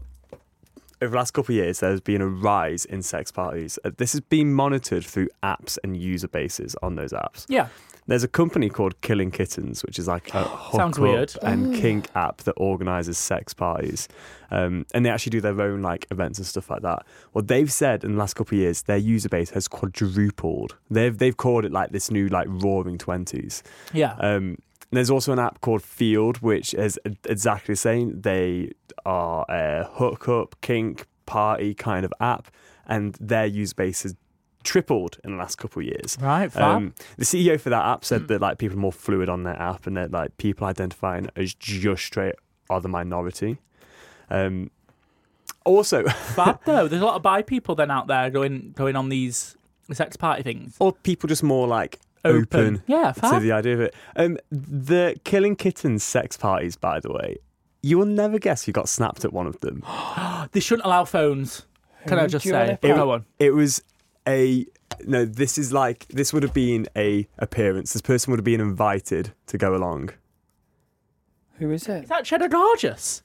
E: over the last couple of years, there's been a rise in sex parties. Uh, This has been monitored through apps and user bases on those apps.
C: Yeah.
E: There's a company called Killing Kittens, which is like a
C: Sounds
E: hookup
C: weird.
E: and
C: Mm.
E: kink app that organises sex parties, um, and they actually do their own like events and stuff like that. Well, they've said in the last couple of years their user base has quadrupled. They've they've called it like this new like roaring twenties.
C: Yeah.
B: Uh,
E: Um, and there's also an app called Field, which is e-, exactly the same. They are a hookup, kink, party kind of app, and their user base has tripled in the last couple of years.
C: Right, fab.
B: um,
E: Um,
C: Mm.
E: the CEO for that app said that like people are more fluid on their app, and that like people identifying as just straight are the minority. Um, also,
C: Fab though. There's a lot of bi people then out there going going on these sex party things.
E: or people just more like
C: Open.
E: open,
C: Yeah,
E: to
C: fab.
E: the idea of it. Um, the Killing Kittens sex parties, by the way, you will never guess who got snapped at one of them.
C: They shouldn't allow phones. Can I
B: Who
C: just
B: do you wanna
C: say?
B: pick?
C: Go on.
E: It was a no. This is like this would have been a appearance. This person would have been invited to go along.
B: Who is it?
C: Is that Cheddar Gorgeous?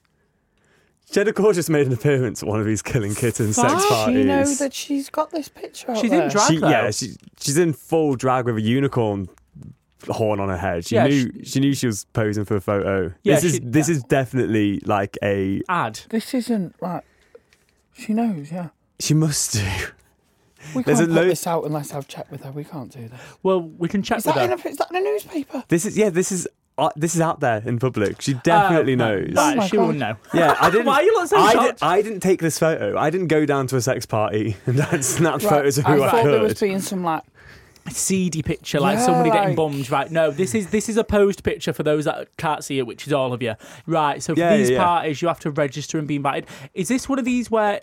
E: Jeddah Gorgeous made an appearance at one of these Killing Kittens sex
B: Does
E: parties.
B: she know that she's got this picture? out
C: She's in
B: there?
C: drag
E: She- yeah,
C: though.
E: she, she's in full drag with a unicorn horn on her head. She
C: Yeah,
E: knew she, knew she was posing for a photo.
C: Yeah,
E: this is
C: she-
E: this is definitely like a
C: Ad.
B: This isn't right. She knows, yeah.
E: she must do.
B: We
E: There's
B: can't
E: a
B: put
E: lo-
B: this out unless I've checked with her. We can't do that.
C: Well, we can check
B: Is
C: with
B: that, in
C: her.
B: a, is that in a newspaper?
E: This is yeah. This is uh, this is out there in public. She definitely
C: Uh,
E: knows.
C: Right,
B: Oh my
C: she
B: God.
C: will know.
E: Yeah, I didn't.
C: Why you look so
E: I,
C: shocked?
E: Did, I didn't take this photo. I didn't go down to a sex party and I snapped
B: Right,
E: photos of who
B: I
E: I,
B: thought there
E: could.
B: was being some like
C: seedy picture, like
B: Yeah,
C: somebody getting
B: like-
C: bummed, right? No, this is this is a posed picture for those that can't see it, which is all of you, right? So for
E: Yeah,
C: these
E: yeah, yeah.
C: parties, you have to register and be invited. Is this one of these where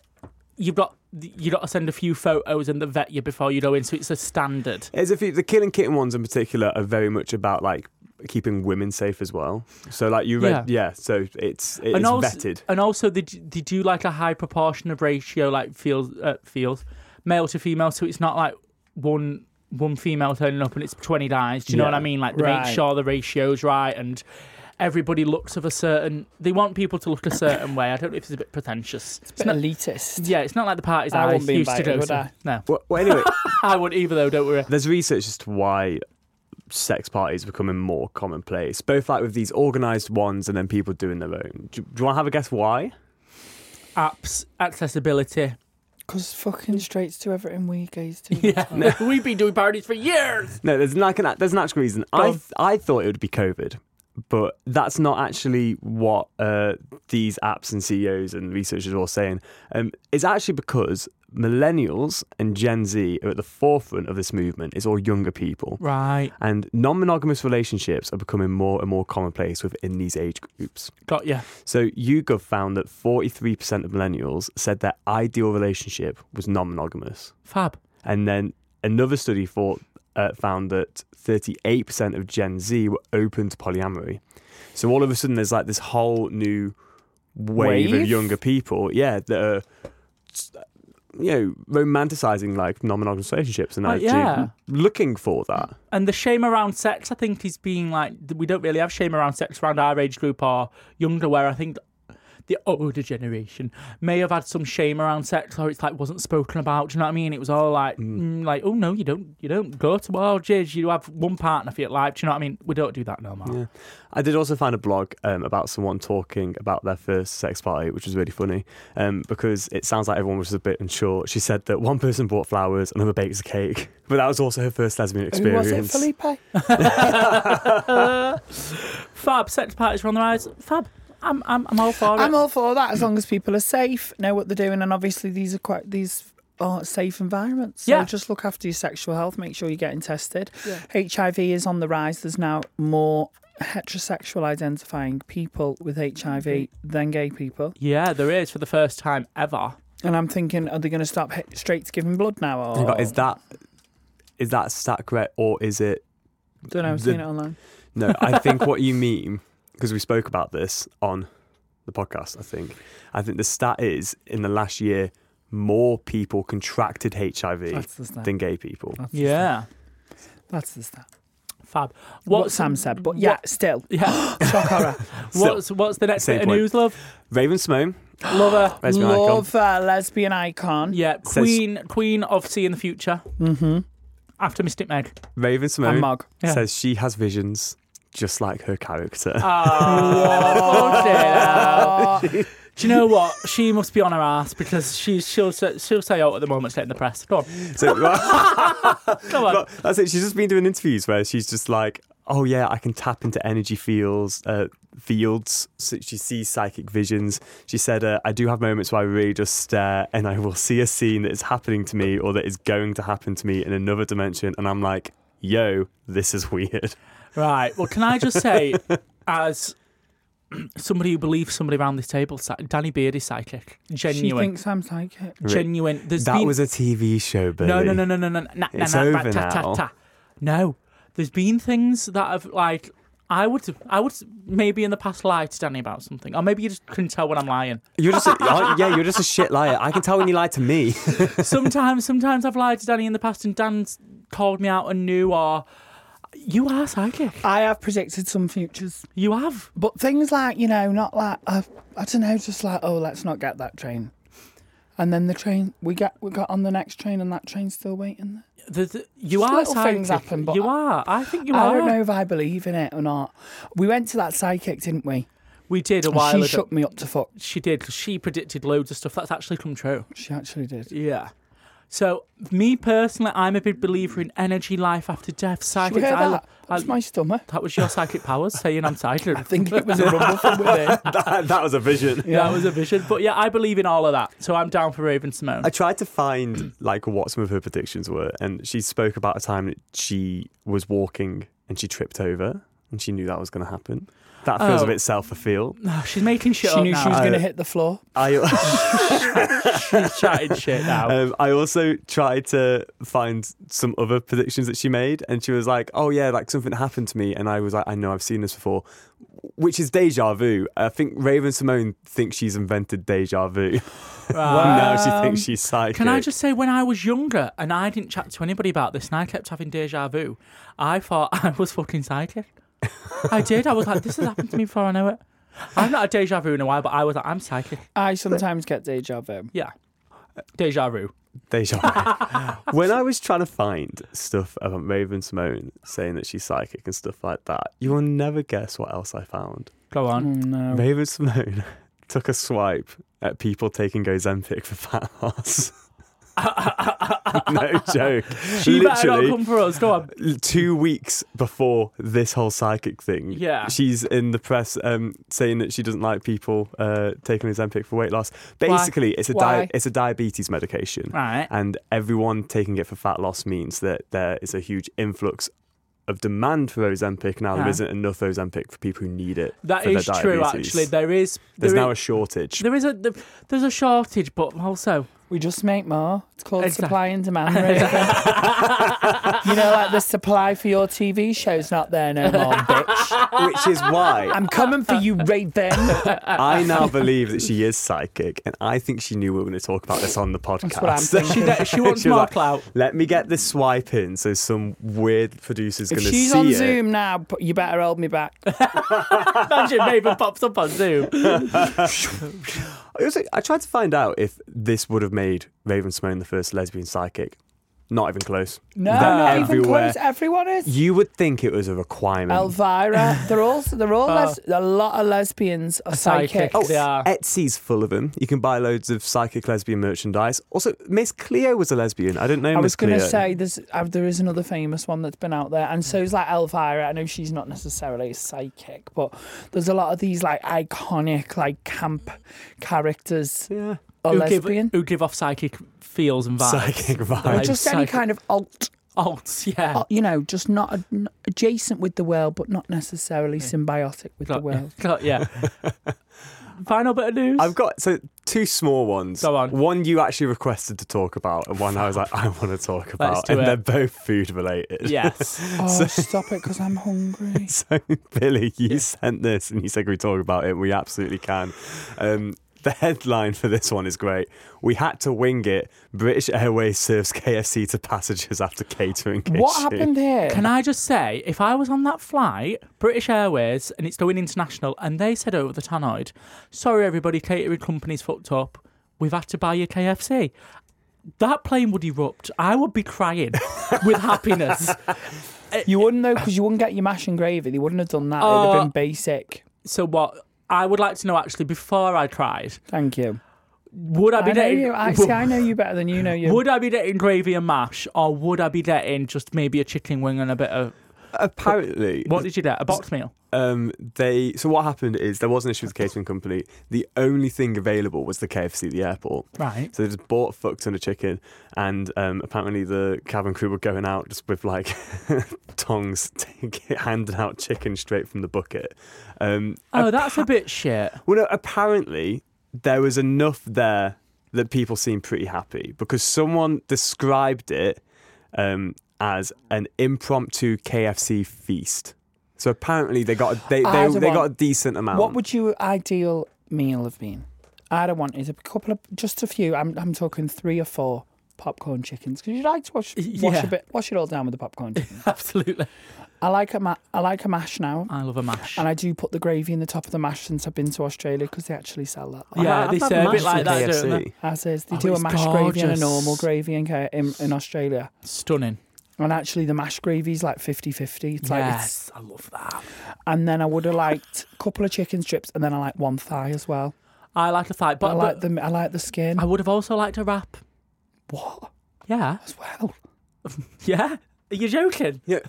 C: you've got you got to send a few photos and the vet you before you go in? So it's a standard.
E: As if the killing kitten ones in particular are very much about like keeping women safe as well. So like you read, yeah. so it's it's
C: also,
E: vetted.
C: And also, they d- they do like a high proportion of ratio, like feels uh, feels male to female, so it's not like one one female turning up and it's twenty guys. Do you know
B: Yeah.
C: what I mean? Like they
B: Right.
C: make sure the ratio's right and. Everybody looks of a certain. They want people to look a certain way. I don't know if it's a bit pretentious. It's,
B: bit
C: not,
B: elitist.
C: Yeah, it's not like the parties
B: I
C: I,
B: wouldn't
C: used
B: be invited,
C: to go
B: would
C: to.
B: I?
C: No.
E: Well, well, anyway,
C: I wouldn't either though. Don't worry.
E: There's research as to why sex parties are becoming more commonplace, both like with these organised ones and then people doing their own. Do, do you want to have a guess why?
C: Apps, accessibility.
B: Because fucking straights do everything we gays do.
C: Yeah, we've been doing parties for years.
E: No, there's like an there's an actual reason.
C: Go
E: I
C: on.
E: I thought it would be COVID, but that's not actually what uh, these apps and CEOs and researchers are all saying. Um, it's actually because millennials and Gen Z are at the forefront of this movement. It's all younger people,
C: Right.
E: And non-monogamous relationships are becoming more and more commonplace within these age groups.
C: Got ya.
E: So YouGov found that 43% of millennials said their ideal relationship was non-monogamous.
C: Fab.
E: And then another study for, uh, found that 38% of Gen Z were open to polyamory. So all of a sudden, there's like this whole new wave,
B: Wave?
E: of younger people, yeah, that are, you know, romanticizing like non-monogamous relationships and
C: Oh,
E: actually
C: yeah.
E: looking for that.
C: And the shame around sex, I think, is being like we don't really have shame around sex around our age group or younger, where I think the older generation may have had some shame around sex, or it's like wasn't spoken about. Do you know what I mean? It was all like, mm. like, oh no, you don't, you don't go to all gigs. You have one partner for your life. Do you know what I mean? We don't do that no more.
E: Yeah. I did also find a blog um, about someone talking about their first sex party, which was really funny um, because it sounds like everyone was a bit unsure. She said that one person bought flowers, another baked a cake, but that was also her first lesbian
B: Who
E: experience.
B: was it, Felipe?
C: Uh, Fab, sex parties are on the rise. Fab, I'm, I'm, I'm all for it.
B: I'm all for that as long as people are safe, know what they're doing, and obviously these are quite these are safe environments. So
C: Yeah.
B: just look after your sexual health, make sure you're getting tested. HIV is on the rise. There's now more heterosexual identifying people with HIV than gay people.
C: yeah, there is for the first time ever.
B: And I'm thinking, are they going to stop he- straights giving blood now? Or
E: Hang on, Is that is that stat correct or is it?
B: don't know, I've
E: the-
B: seen it online.
E: No, I think what you mean because we spoke about this on the podcast. I think I think the stat is in the last year more people contracted HIV
B: That's the stat.
E: than gay people.
C: Yeah,
B: That's the stat.
C: Fab.
B: What,
C: What's
B: Sam said, but yeah, still.
C: yeah.
B: Shock horror.
C: What's what's the next
E: Same
C: bit of
E: point.
C: news, love?
E: Raven Simone,
C: Love her.
E: lesbian icon.
B: Love uh, lesbian icon.
C: Yeah,
E: Says-
C: Queen Queen of Sea in the future.
B: Mm-hmm.
C: After Mystic Meg.
E: Raven
B: And
E: Simone
B: mug.
C: Yeah.
E: says she has visions just like her character.
C: Ah. Oh, dear. Do you know what? She must be on her ass because she, she'll say- she'll say out at the moment, getting the press. Go on,
E: so
C: go on.
E: But that's it. She's just been doing interviews where she's just like, "Oh yeah, I can tap into energy fields, uh, fields." So she sees psychic visions. She said, uh, "I do have moments where I really just stare, and I will see a scene that is happening to me or that is going to happen to me in another dimension, and I'm like." Yo, this is weird.
C: Right. Well, can I just say, as somebody who believes somebody around this table, psy- Danny Beard is psychic.
B: She
C: Genuine.
B: thinks I'm psychic.
C: genuine. There's
E: that
C: been-
E: was a TV show, Billy.
C: No, no, no, no, no, no. na- na-
E: It's
C: na-
E: over
C: ta- ta-
E: now.
C: ta. No, there's been things that have like I would, I would maybe in the past lie to Danny about something, or maybe you just couldn't tell when I'm lying.
E: You're just, a, aren't- yeah, you're just a shit liar. I can tell when you lied to me.
C: Sometimes, sometimes I've lied to Danny in the past, and Dan's called me out and knew, or you are psychic.
B: I have predicted some futures,
C: You have.
B: but things like you know, not like I, I don't know, just like oh, let's not get that train, and then the train we get we got on the next train, and that train's still waiting. There.
C: There's, you
B: Just
C: are
B: little
C: psychic.
B: things happen, but
C: you
B: I-
C: are. I think you
B: I
C: are.
B: don't know if I believe in it or not. We went to that psychic, didn't we?
C: We did a
B: And
C: while
B: she
C: ago.
B: shook me up to fuck.
C: She did because she predicted loads of stuff that's actually come true.
B: She actually did.
C: Yeah. So, me personally, I'm a big believer in energy, life after death, psychic.
B: hear
C: I,
B: that? That's my stomach.
C: That was your psychic powers saying I'm psychic. I think
B: it was a rumble from within.
E: that, that was a vision.
C: That was a vision. But yeah, I believe in all of that. So I'm down for Raven Simone.
E: I tried to find like what some of her predictions were, and she spoke about a time that she was walking and she tripped over, and she knew that was going to happen. That feels
C: Oh.
E: a bit self-fulfilled.
C: No, Oh, she's making shit
B: She
C: up
B: knew
C: now.
B: she was going to
E: I-
B: hit the floor.
E: I
C: she's chatting shit now.
E: Um, I also tried to find some other predictions that she made, and she was like, "Oh yeah, like something happened to me," and I was like, "I know, I've seen this before," which is deja vu. I think Raven Simone thinks she's invented deja vu. now she thinks she's psychic.
C: Can I just say, when I was younger and I didn't chat to anybody about this and I kept having deja vu, I thought I was fucking psychic. I did. I was like, this has happened to me before I know it. I'm not a deja vu in a while, but I was like, I'm psychic.
B: I sometimes get deja vu.
C: Yeah. Deja vu.
E: Deja vu. when I was trying to find stuff about Raven Simone saying that she's psychic and stuff like that, you will never guess what else I found.
C: Go on.
B: Oh, no.
E: Raven Simone took a swipe at people taking Ozempic for fat ass. no joke.
C: She better not
E: Literally,
C: come for us. Go on.
E: Two weeks before this whole psychic thing,
C: Yeah.
E: she's in the press um, saying that she doesn't like people uh, taking Ozempic for weight loss. Basically, it's a
C: Why?
E: di- it's a diabetes medication,
C: Right.
E: and everyone taking it for fat loss means that there is a huge influx of demand for Ozempic now. There
C: Yeah.
E: isn't enough Ozempic for people who need it.
C: That
E: for their
C: is true,
E: diabetes.
C: actually. There is.
E: There's
C: there
E: now
C: i-
E: a shortage.
C: There is a there- there's a shortage, but also
B: we just make more. It's called
C: Exact-
B: supply and demand. Raven. you know, like the supply for your TV show's not there no more, bitch.
E: Which is why
B: I'm coming for you, Raven.
E: I now believe that she is psychic, and I think she knew we were going to talk about this on the podcast.
B: what I'm thinking. She- she wants
E: was
B: more
E: like,
B: clout.
E: Let me get this swipe in, so some weird producer's
B: If
E: going to
B: she's
E: see
B: on
E: it.
B: Zoom now, p- you better hold me back.
C: Imagine Raven pops up on Zoom.
E: I, also, I tried to find out if this would have made Raven Simone the first lesbian psychic. Not even close.
B: No,
E: They're
B: not even
E: everywhere.
B: close. Everyone is.
E: You would think it was a requirement.
C: Oh,
B: Elvira, they're all they're all les- a lot of lesbians are psychic.
C: psychic.
E: Oh,
C: They are.
E: Etsy's full of them. You can buy loads of psychic lesbian merchandise. Also, Miss Cleo was a lesbian. I didn't know
B: I
E: Miss
B: was going to
E: Cleo.
B: say there's uh, there is another famous one that's been out there, and so's like Elvira. I know she's not necessarily a psychic, but there's a lot of these like iconic like camp characters.
E: Yeah.
B: Or
C: who give,
B: lesbian.
C: who give off psychic feels and vibes.
E: Psychic
B: or
E: vibes.
B: just any kind of alt,
C: alt, yeah.
B: alt, you know, just not ad- n- adjacent with the world, but not necessarily symbiotic with the
C: Got-
B: world.
C: got- yeah. Final bit of news.
E: I've got so two small ones.
C: Go on.
E: One you actually requested to talk about, and one I was like, I want to talk about,
C: do
E: and
C: it.
E: they're both food related.
C: Yes.
B: Oh, stop it, because I'm hungry.
E: so Billy, you sent this, and you said "Can we talk about it. We absolutely can. Um, the headline for this one is great. We had to wing it. British Airways serves KFC to passengers after catering
B: What
E: issue.
B: happened here?
C: Can I just say, if I was on that flight, British Airways, and it's going international, and they said over the tannoid, sorry everybody, catering company's fucked up. We've had to buy your KFC. That plane would erupt. I would be crying with happiness.
B: You wouldn't though, because you wouldn't get your mash and gravy. They wouldn't have done that. It'd have
C: Oh.
B: been basic.
C: So what? I would like to know actually before I cried,
B: Thank you.
C: would I be
B: I know
C: dating?
B: you. I, see, I know you better than you know you.
C: Would I be dating gravy and mash, or would I be dating just maybe a chicken wing and a bit of
E: Apparently,
C: what did you get? A box meal.
E: um, they so what happened is there was an issue with the catering company. The only thing available was the KFC at the airport.
C: Right.
E: So they just bought fucked ton of chicken, and um, apparently the cabin crew were going out just with like tongs, taking- handing out chicken straight from the bucket. Um,
C: Oh, that's a bit shit.
E: well, no, apparently there was enough there that people seemed pretty happy because someone described it um, as an impromptu KFC feast. So apparently they got a, they
B: I
E: they,
B: don't
E: they got a
B: want-
E: decent amount.
C: Um,
B: What would your ideal meal have been? I don't want is a couple of just a few. I'm I'm talking three or four popcorn chickens because you like to wash wash
C: Yeah.
B: a bit wash it all down with the popcorn. Chicken.
C: Absolutely.
B: I like a ma- I like a mash now,
C: I love a mash.
B: and I do put the gravy in the top of the mash since I've been to Australia because they actually sell that. Like,
C: yeah,
E: I've
C: they
E: had
C: serve
E: mash
C: it like
E: at
C: that,
E: KFC.
C: don't they?
B: As is, they
C: Oh,
B: do a
C: it's
B: mash gravy and a
C: gorgeous.
B: normal gravy in, Ca- in in Australia,
C: Stunning.
B: and actually the mash gravy's like 50-50. It's like it's
C: yes, I love that.
B: and then I would have liked a couple of chicken strips, and then I like one thigh as well.
C: I like a fight,
B: I
C: but I,
B: like the I like the skin.
C: I would have also liked a wrap.
B: what?
C: Yeah.
B: As well.
C: yeah? Are you joking?
E: Yeah.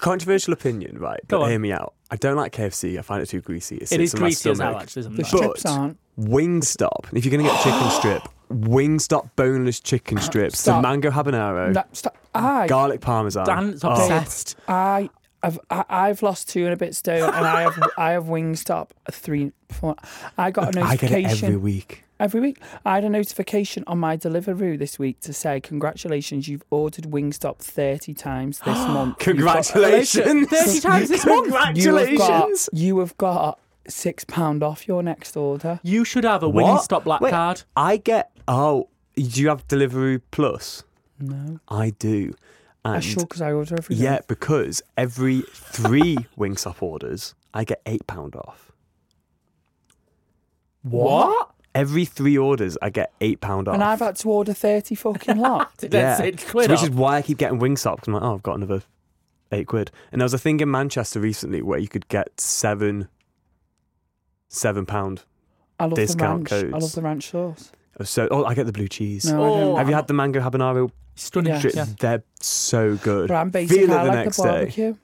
E: Controversial opinion, right?
C: Go
E: but
C: on.
E: hear me out. I don't like KFC. I find it too greasy. It,
C: It
E: sits
C: is
E: in my
C: greasy as hell,
E: stomach.
C: actually, isn't
B: The
C: it?
B: strips aren't.
E: Wingstop. If you're going to get chicken strip, Wingstop boneless chicken strips, the
B: Stop.
E: mango habanero,
B: No, stop. I,
E: garlic parmesan. Oh.
B: I have I, I've lost two and a bit stone, and I have I have Wingstop three. Four. I got a
E: I get
B: notification
E: it every week.
B: Every week, I had a notification on my Deliveroo this week to say, "Congratulations, you've ordered Wingstop thirty times this month. You've got-
E: Congratulations. 30 times this month. Congratulations.
B: You have got, you have got six pound off your next order.
C: You should have a Wingstop black
E: Wait,
C: card.
E: I get. Oh, do you have Deliveroo Plus?
B: No.
E: I do. And
B: I'm sure because I order every day.
E: Yeah, because every three Wingstop orders, I get £8 off.
C: What?
E: Every three orders, I get £8 off.
B: and I've had to order thirty fucking lot.
E: Yeah. So which is why I keep getting Wingstop because I'm like, oh, I've got another eight quid. And there was a thing in Manchester recently where you could get seven, seven pound
B: I love
E: discount
B: the ranch.
E: codes.
B: I love the ranch sauce.
E: So, oh, I get the blue cheese.
B: No, I don't.
E: Have you had the mango habanero?
C: Stunning.
B: Yes.
E: Shit,
B: Oh, Yeah.
E: They're so good.
B: But I'm basic.
E: Feel it
B: I
E: the
B: like
E: next
B: the
E: day.
B: barbecue.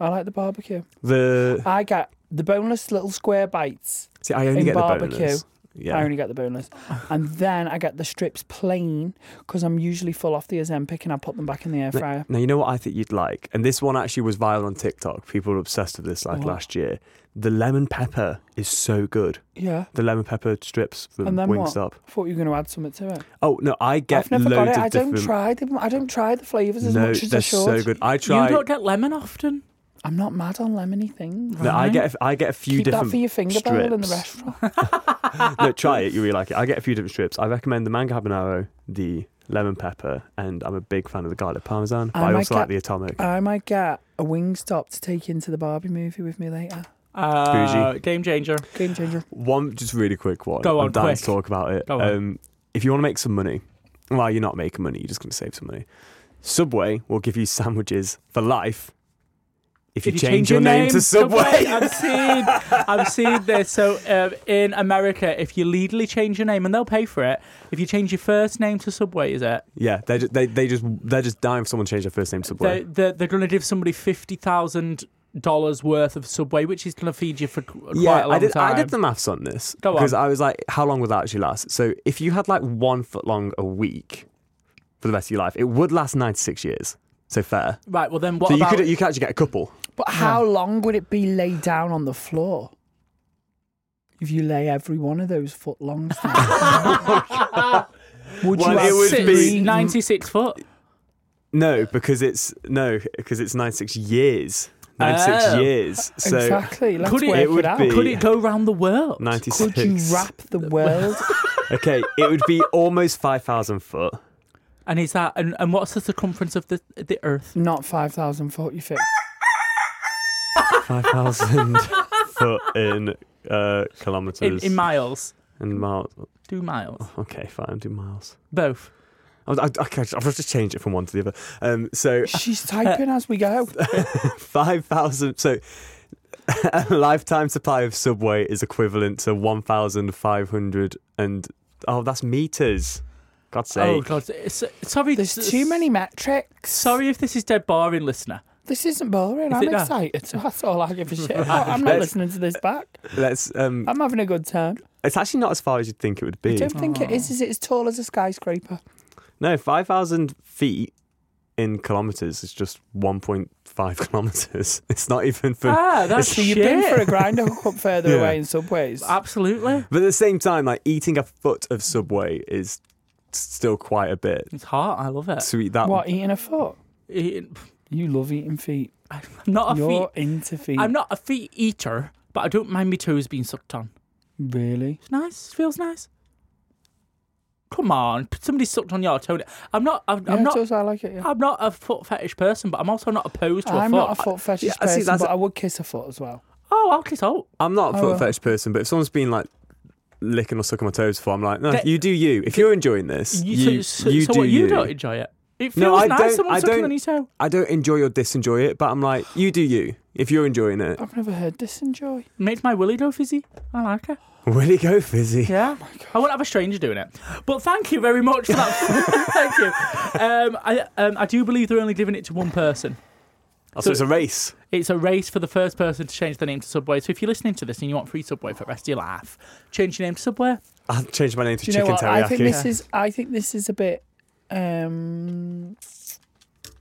B: I like the barbecue.
E: The
B: I get the boneless little square bites.
E: See, I only
B: in
E: get the
B: barbecue.
E: boneless. Yeah.
B: I only get the boneless, and then I get the strips plain because I'm usually full off the Ozempic, and I put them back in the air
E: Now-
B: fryer.
E: Now, you know what I think you'd like? And this one actually was viral on TikTok. People were obsessed with this like
B: What?
E: last year. The lemon pepper is so good.
B: Yeah.
E: The lemon pepper strips from
B: and then
E: Wingstop.
B: what? I thought you were going to add something to it.
E: Oh, no, I get
B: I've never got
E: loads
B: it.
E: of
B: I don't
E: different-
B: try them. I don't try the flavors as
E: no,
B: much as
E: they're
B: I should.
E: so good. I try.
C: You don't get lemon often.
B: I'm not mad on lemony things.
E: No, I get I get a few
B: Keep
E: different
B: that for your finger
E: strips.
B: bell in the restaurant.
E: no, try it. You really like it. I get a few different strips. I recommend the mango habanero, the lemon pepper, and I'm a big fan of the garlic parmesan. But
B: I
E: I
B: might
E: also like
B: get-
E: the atomic.
B: I might get a Wingstop to take into the Barbie movie with me later.
C: Uh, game changer.
B: Game changer.
E: One just really quick one.
C: Go
E: I'm
C: on,
E: dying to
C: quick.
E: talk about it.
C: Go on.
E: Um, if you want to make some money, well, you're not making money. You're just going to save some money. Subway will give you sandwiches for life if you, change, your name, to Subway.
C: I've seen, I've seen this. So um, in America, if you legally change your name, and they'll pay for it, if you change your first name to Subway, is it?
E: yeah, they just, they they just they're just dying for someone to change their first name to Subway.
C: They're, they're, they're going to give somebody fifty thousand dollars worth of Subway, which is going to feed you for qu- quite
E: yeah,
C: a long
E: I did.
C: time.
E: I did the maths on this
C: Go on.
E: because I was like, how long will that actually last? So if you had like one foot long a week for the rest of your life, it would last ninety six years. So fair.
C: Right. Well, then what
E: so
C: about?
E: you could you could actually get a couple.
B: But how long would it be laid down on the floor? If you lay every one of those foot longs down? would
E: Well,
B: you have
E: it would
B: three-
E: be-
C: ninety-six foot.
E: No, because it's no because it's ninety six years. Ninety six
C: Oh.
E: years. So
B: Exactly. Let's
C: Could it-
B: work
C: it
B: it,
E: would
B: out.
E: be-
C: Could it go round the world?
E: ninety six.
B: Could you wrap the world?
E: okay, it would be almost five thousand foot.
C: And is that and, and what's the circumference of the the Earth?
B: Not five thousand foot. You think?
E: Five thousand foot in uh,
C: In,
E: kilometers
C: in miles,
E: in miles.
C: two miles,
E: Okay, fine, do miles.
C: both.
E: I, I, okay, I'll have to change it from one to the other. Um, so
B: She's typing as we go.
E: five thousand. So a lifetime supply of Subway is equivalent to one thousand five hundred and oh, that's meters. God's sake.
C: Oh God! So, sorry,
B: There's
C: s-
B: too many metrics.
C: Sorry if this is dead boring, listener.
B: This isn't boring.
C: Is
B: I'm
C: it not?
B: excited. That's all I give a shit. about. I'm not
E: Let's-
B: listening to this back.
E: Let's. Um,
B: I'm having a good time.
E: it's actually not as far as you'd think it would
B: I
E: be.
B: don't think it is. Is it as tall as a skyscraper?
E: No, five thousand feet in kilometers is just one point five kilometers. It's not even for.
C: Ah, that's
B: So you've been for a grinder hookup further
E: Yeah.
B: away in subways.
C: Absolutely,
E: But at the same time, like eating a foot of Subway is still quite a bit.
C: it's hot. I love it.
E: Sweet that.
B: What eating a foot?
C: It-
B: You love eating feet.
C: I'm not a
B: You're
C: feet.
B: into feet.
C: I'm not a feet eater, but I don't mind my toes being sucked on.
B: really.
C: It's nice. Feels nice. Come on, somebody sucked on your toe. I'm not. I'm,
B: Yeah,
C: I'm
B: it
C: not.
B: does, I like it. Yeah.
C: I'm not a foot fetish person, but I'm also not opposed to a
B: I'm
C: foot.
B: not a foot fetish
E: Yeah, I see,
B: person,
E: that's
B: but
E: a-
B: I would kiss a foot as well.
C: Oh, I'll kiss out.
E: I'm not a
B: Oh,
E: foot
B: well.
E: fetish person, but if someone's been like licking or sucking my toes for, I'm like, no,
C: That-
E: you do you. If you're enjoying this, you,
C: You, so, so,
E: you
C: so
E: do
C: what,
E: you.
C: you don't enjoy it. It feels
E: No, I
C: nice.
E: don't-
C: Someone
E: I
C: sucking
E: don't-
C: on your toe.
E: I don't enjoy or disenjoy it, but I'm like,
B: Oh.
E: you do you. If you're enjoying it,
B: I've never heard disenjoy.
C: Makes my willy go fizzy. I like it.
E: Will he go fizzy?
C: Yeah. I won't have a stranger doing it. But thank you very much for that. thank you. Um, I, um, I do believe they're only giving it to one person.
E: Oh, so it's a race.
C: It's a race for the first person to change their name to Subway. So if you're listening to this and you want free Subway for the rest of your life, change your name to Subway.
E: I'll change my name to
B: Do you know
E: Chicken
B: what?
E: Teriyaki.
B: I think this is. I think this is a bit. Um,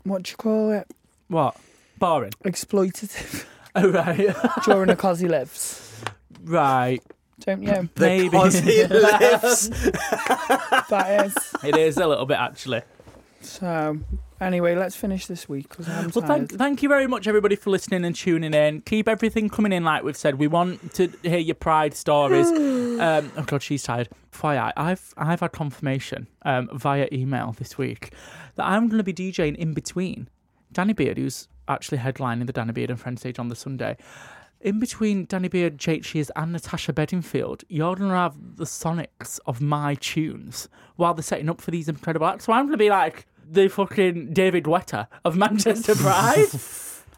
B: what do you call it?
C: What? Barring.
B: Exploitative.
C: Oh right.
B: During a cause he lives.
C: Right.
B: Don't you?
C: The Maybe. cause he lives.
B: that is.
C: It is a little bit actually.
B: So, anyway, let's finish this week because I'm
C: Well,
B: tired.
C: thank, thank you very much, everybody, for listening and tuning in. Keep everything coming in, like we've said. We want to hear your pride stories. um, oh God, she's tired. FYI, I've I've had confirmation um, via email this week that I'm going to be DJing in between Danny Beard, who's actually headlining the Danny Beard and Friends stage on the Sunday. In between Danny Beard, Jake Shears, and Natasha Bedingfield, you're going to have the sonics of my tunes while they're setting up for these incredible acts. So I'm going to be like the fucking David Wetter of Manchester Pride.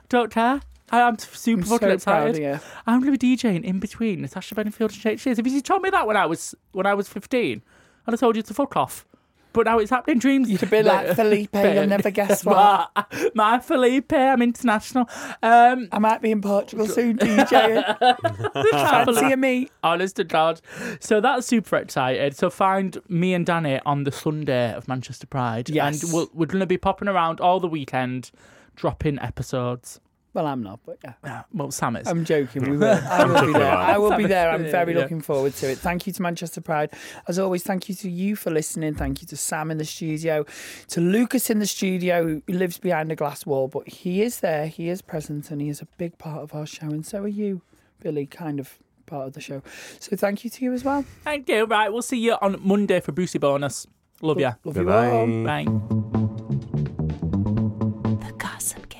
C: Don't care. I am super
B: I'm
C: fucking
B: so proud of
C: excited.
B: you.
C: I'm going to be DJing in between Natasha Bedingfield and Jake Shears. If you told me that when I was when I was 15, I'd have told you to fuck off. But now it's happening. Dreams. You'd
B: be like, Felipe, you'll never guess what.
C: My Felipe, I'm international. Um,
B: I might be in Portugal soon, DJing. Fancy a meet.
C: Honest to God. So that's super excited. So find me and Danny on the Sunday of Manchester Pride.
B: Yes.
C: And we'll, we're going to be popping around all the weekend, dropping episodes. Ah,
B: Well, I'm not, but yeah.
C: Well, Sam is.
B: I'm joking. We will. I will be there. I will be there. I'm very
C: Yeah.
B: looking forward to it. Thank you to Manchester Pride. As always, thank you to you for listening. Thank you to Sam in the studio, to Lucas in the studio, who lives behind a glass wall, but he is there. He is present and he is a big part of our show. And so are you, Billy, kind of part of the show. So thank you to you as well.
C: Thank you. Right. We'll see you on Monday for Brucey Bonus. Love ya.
B: Love you all.
C: Bye.
A: The Gossip Gaze.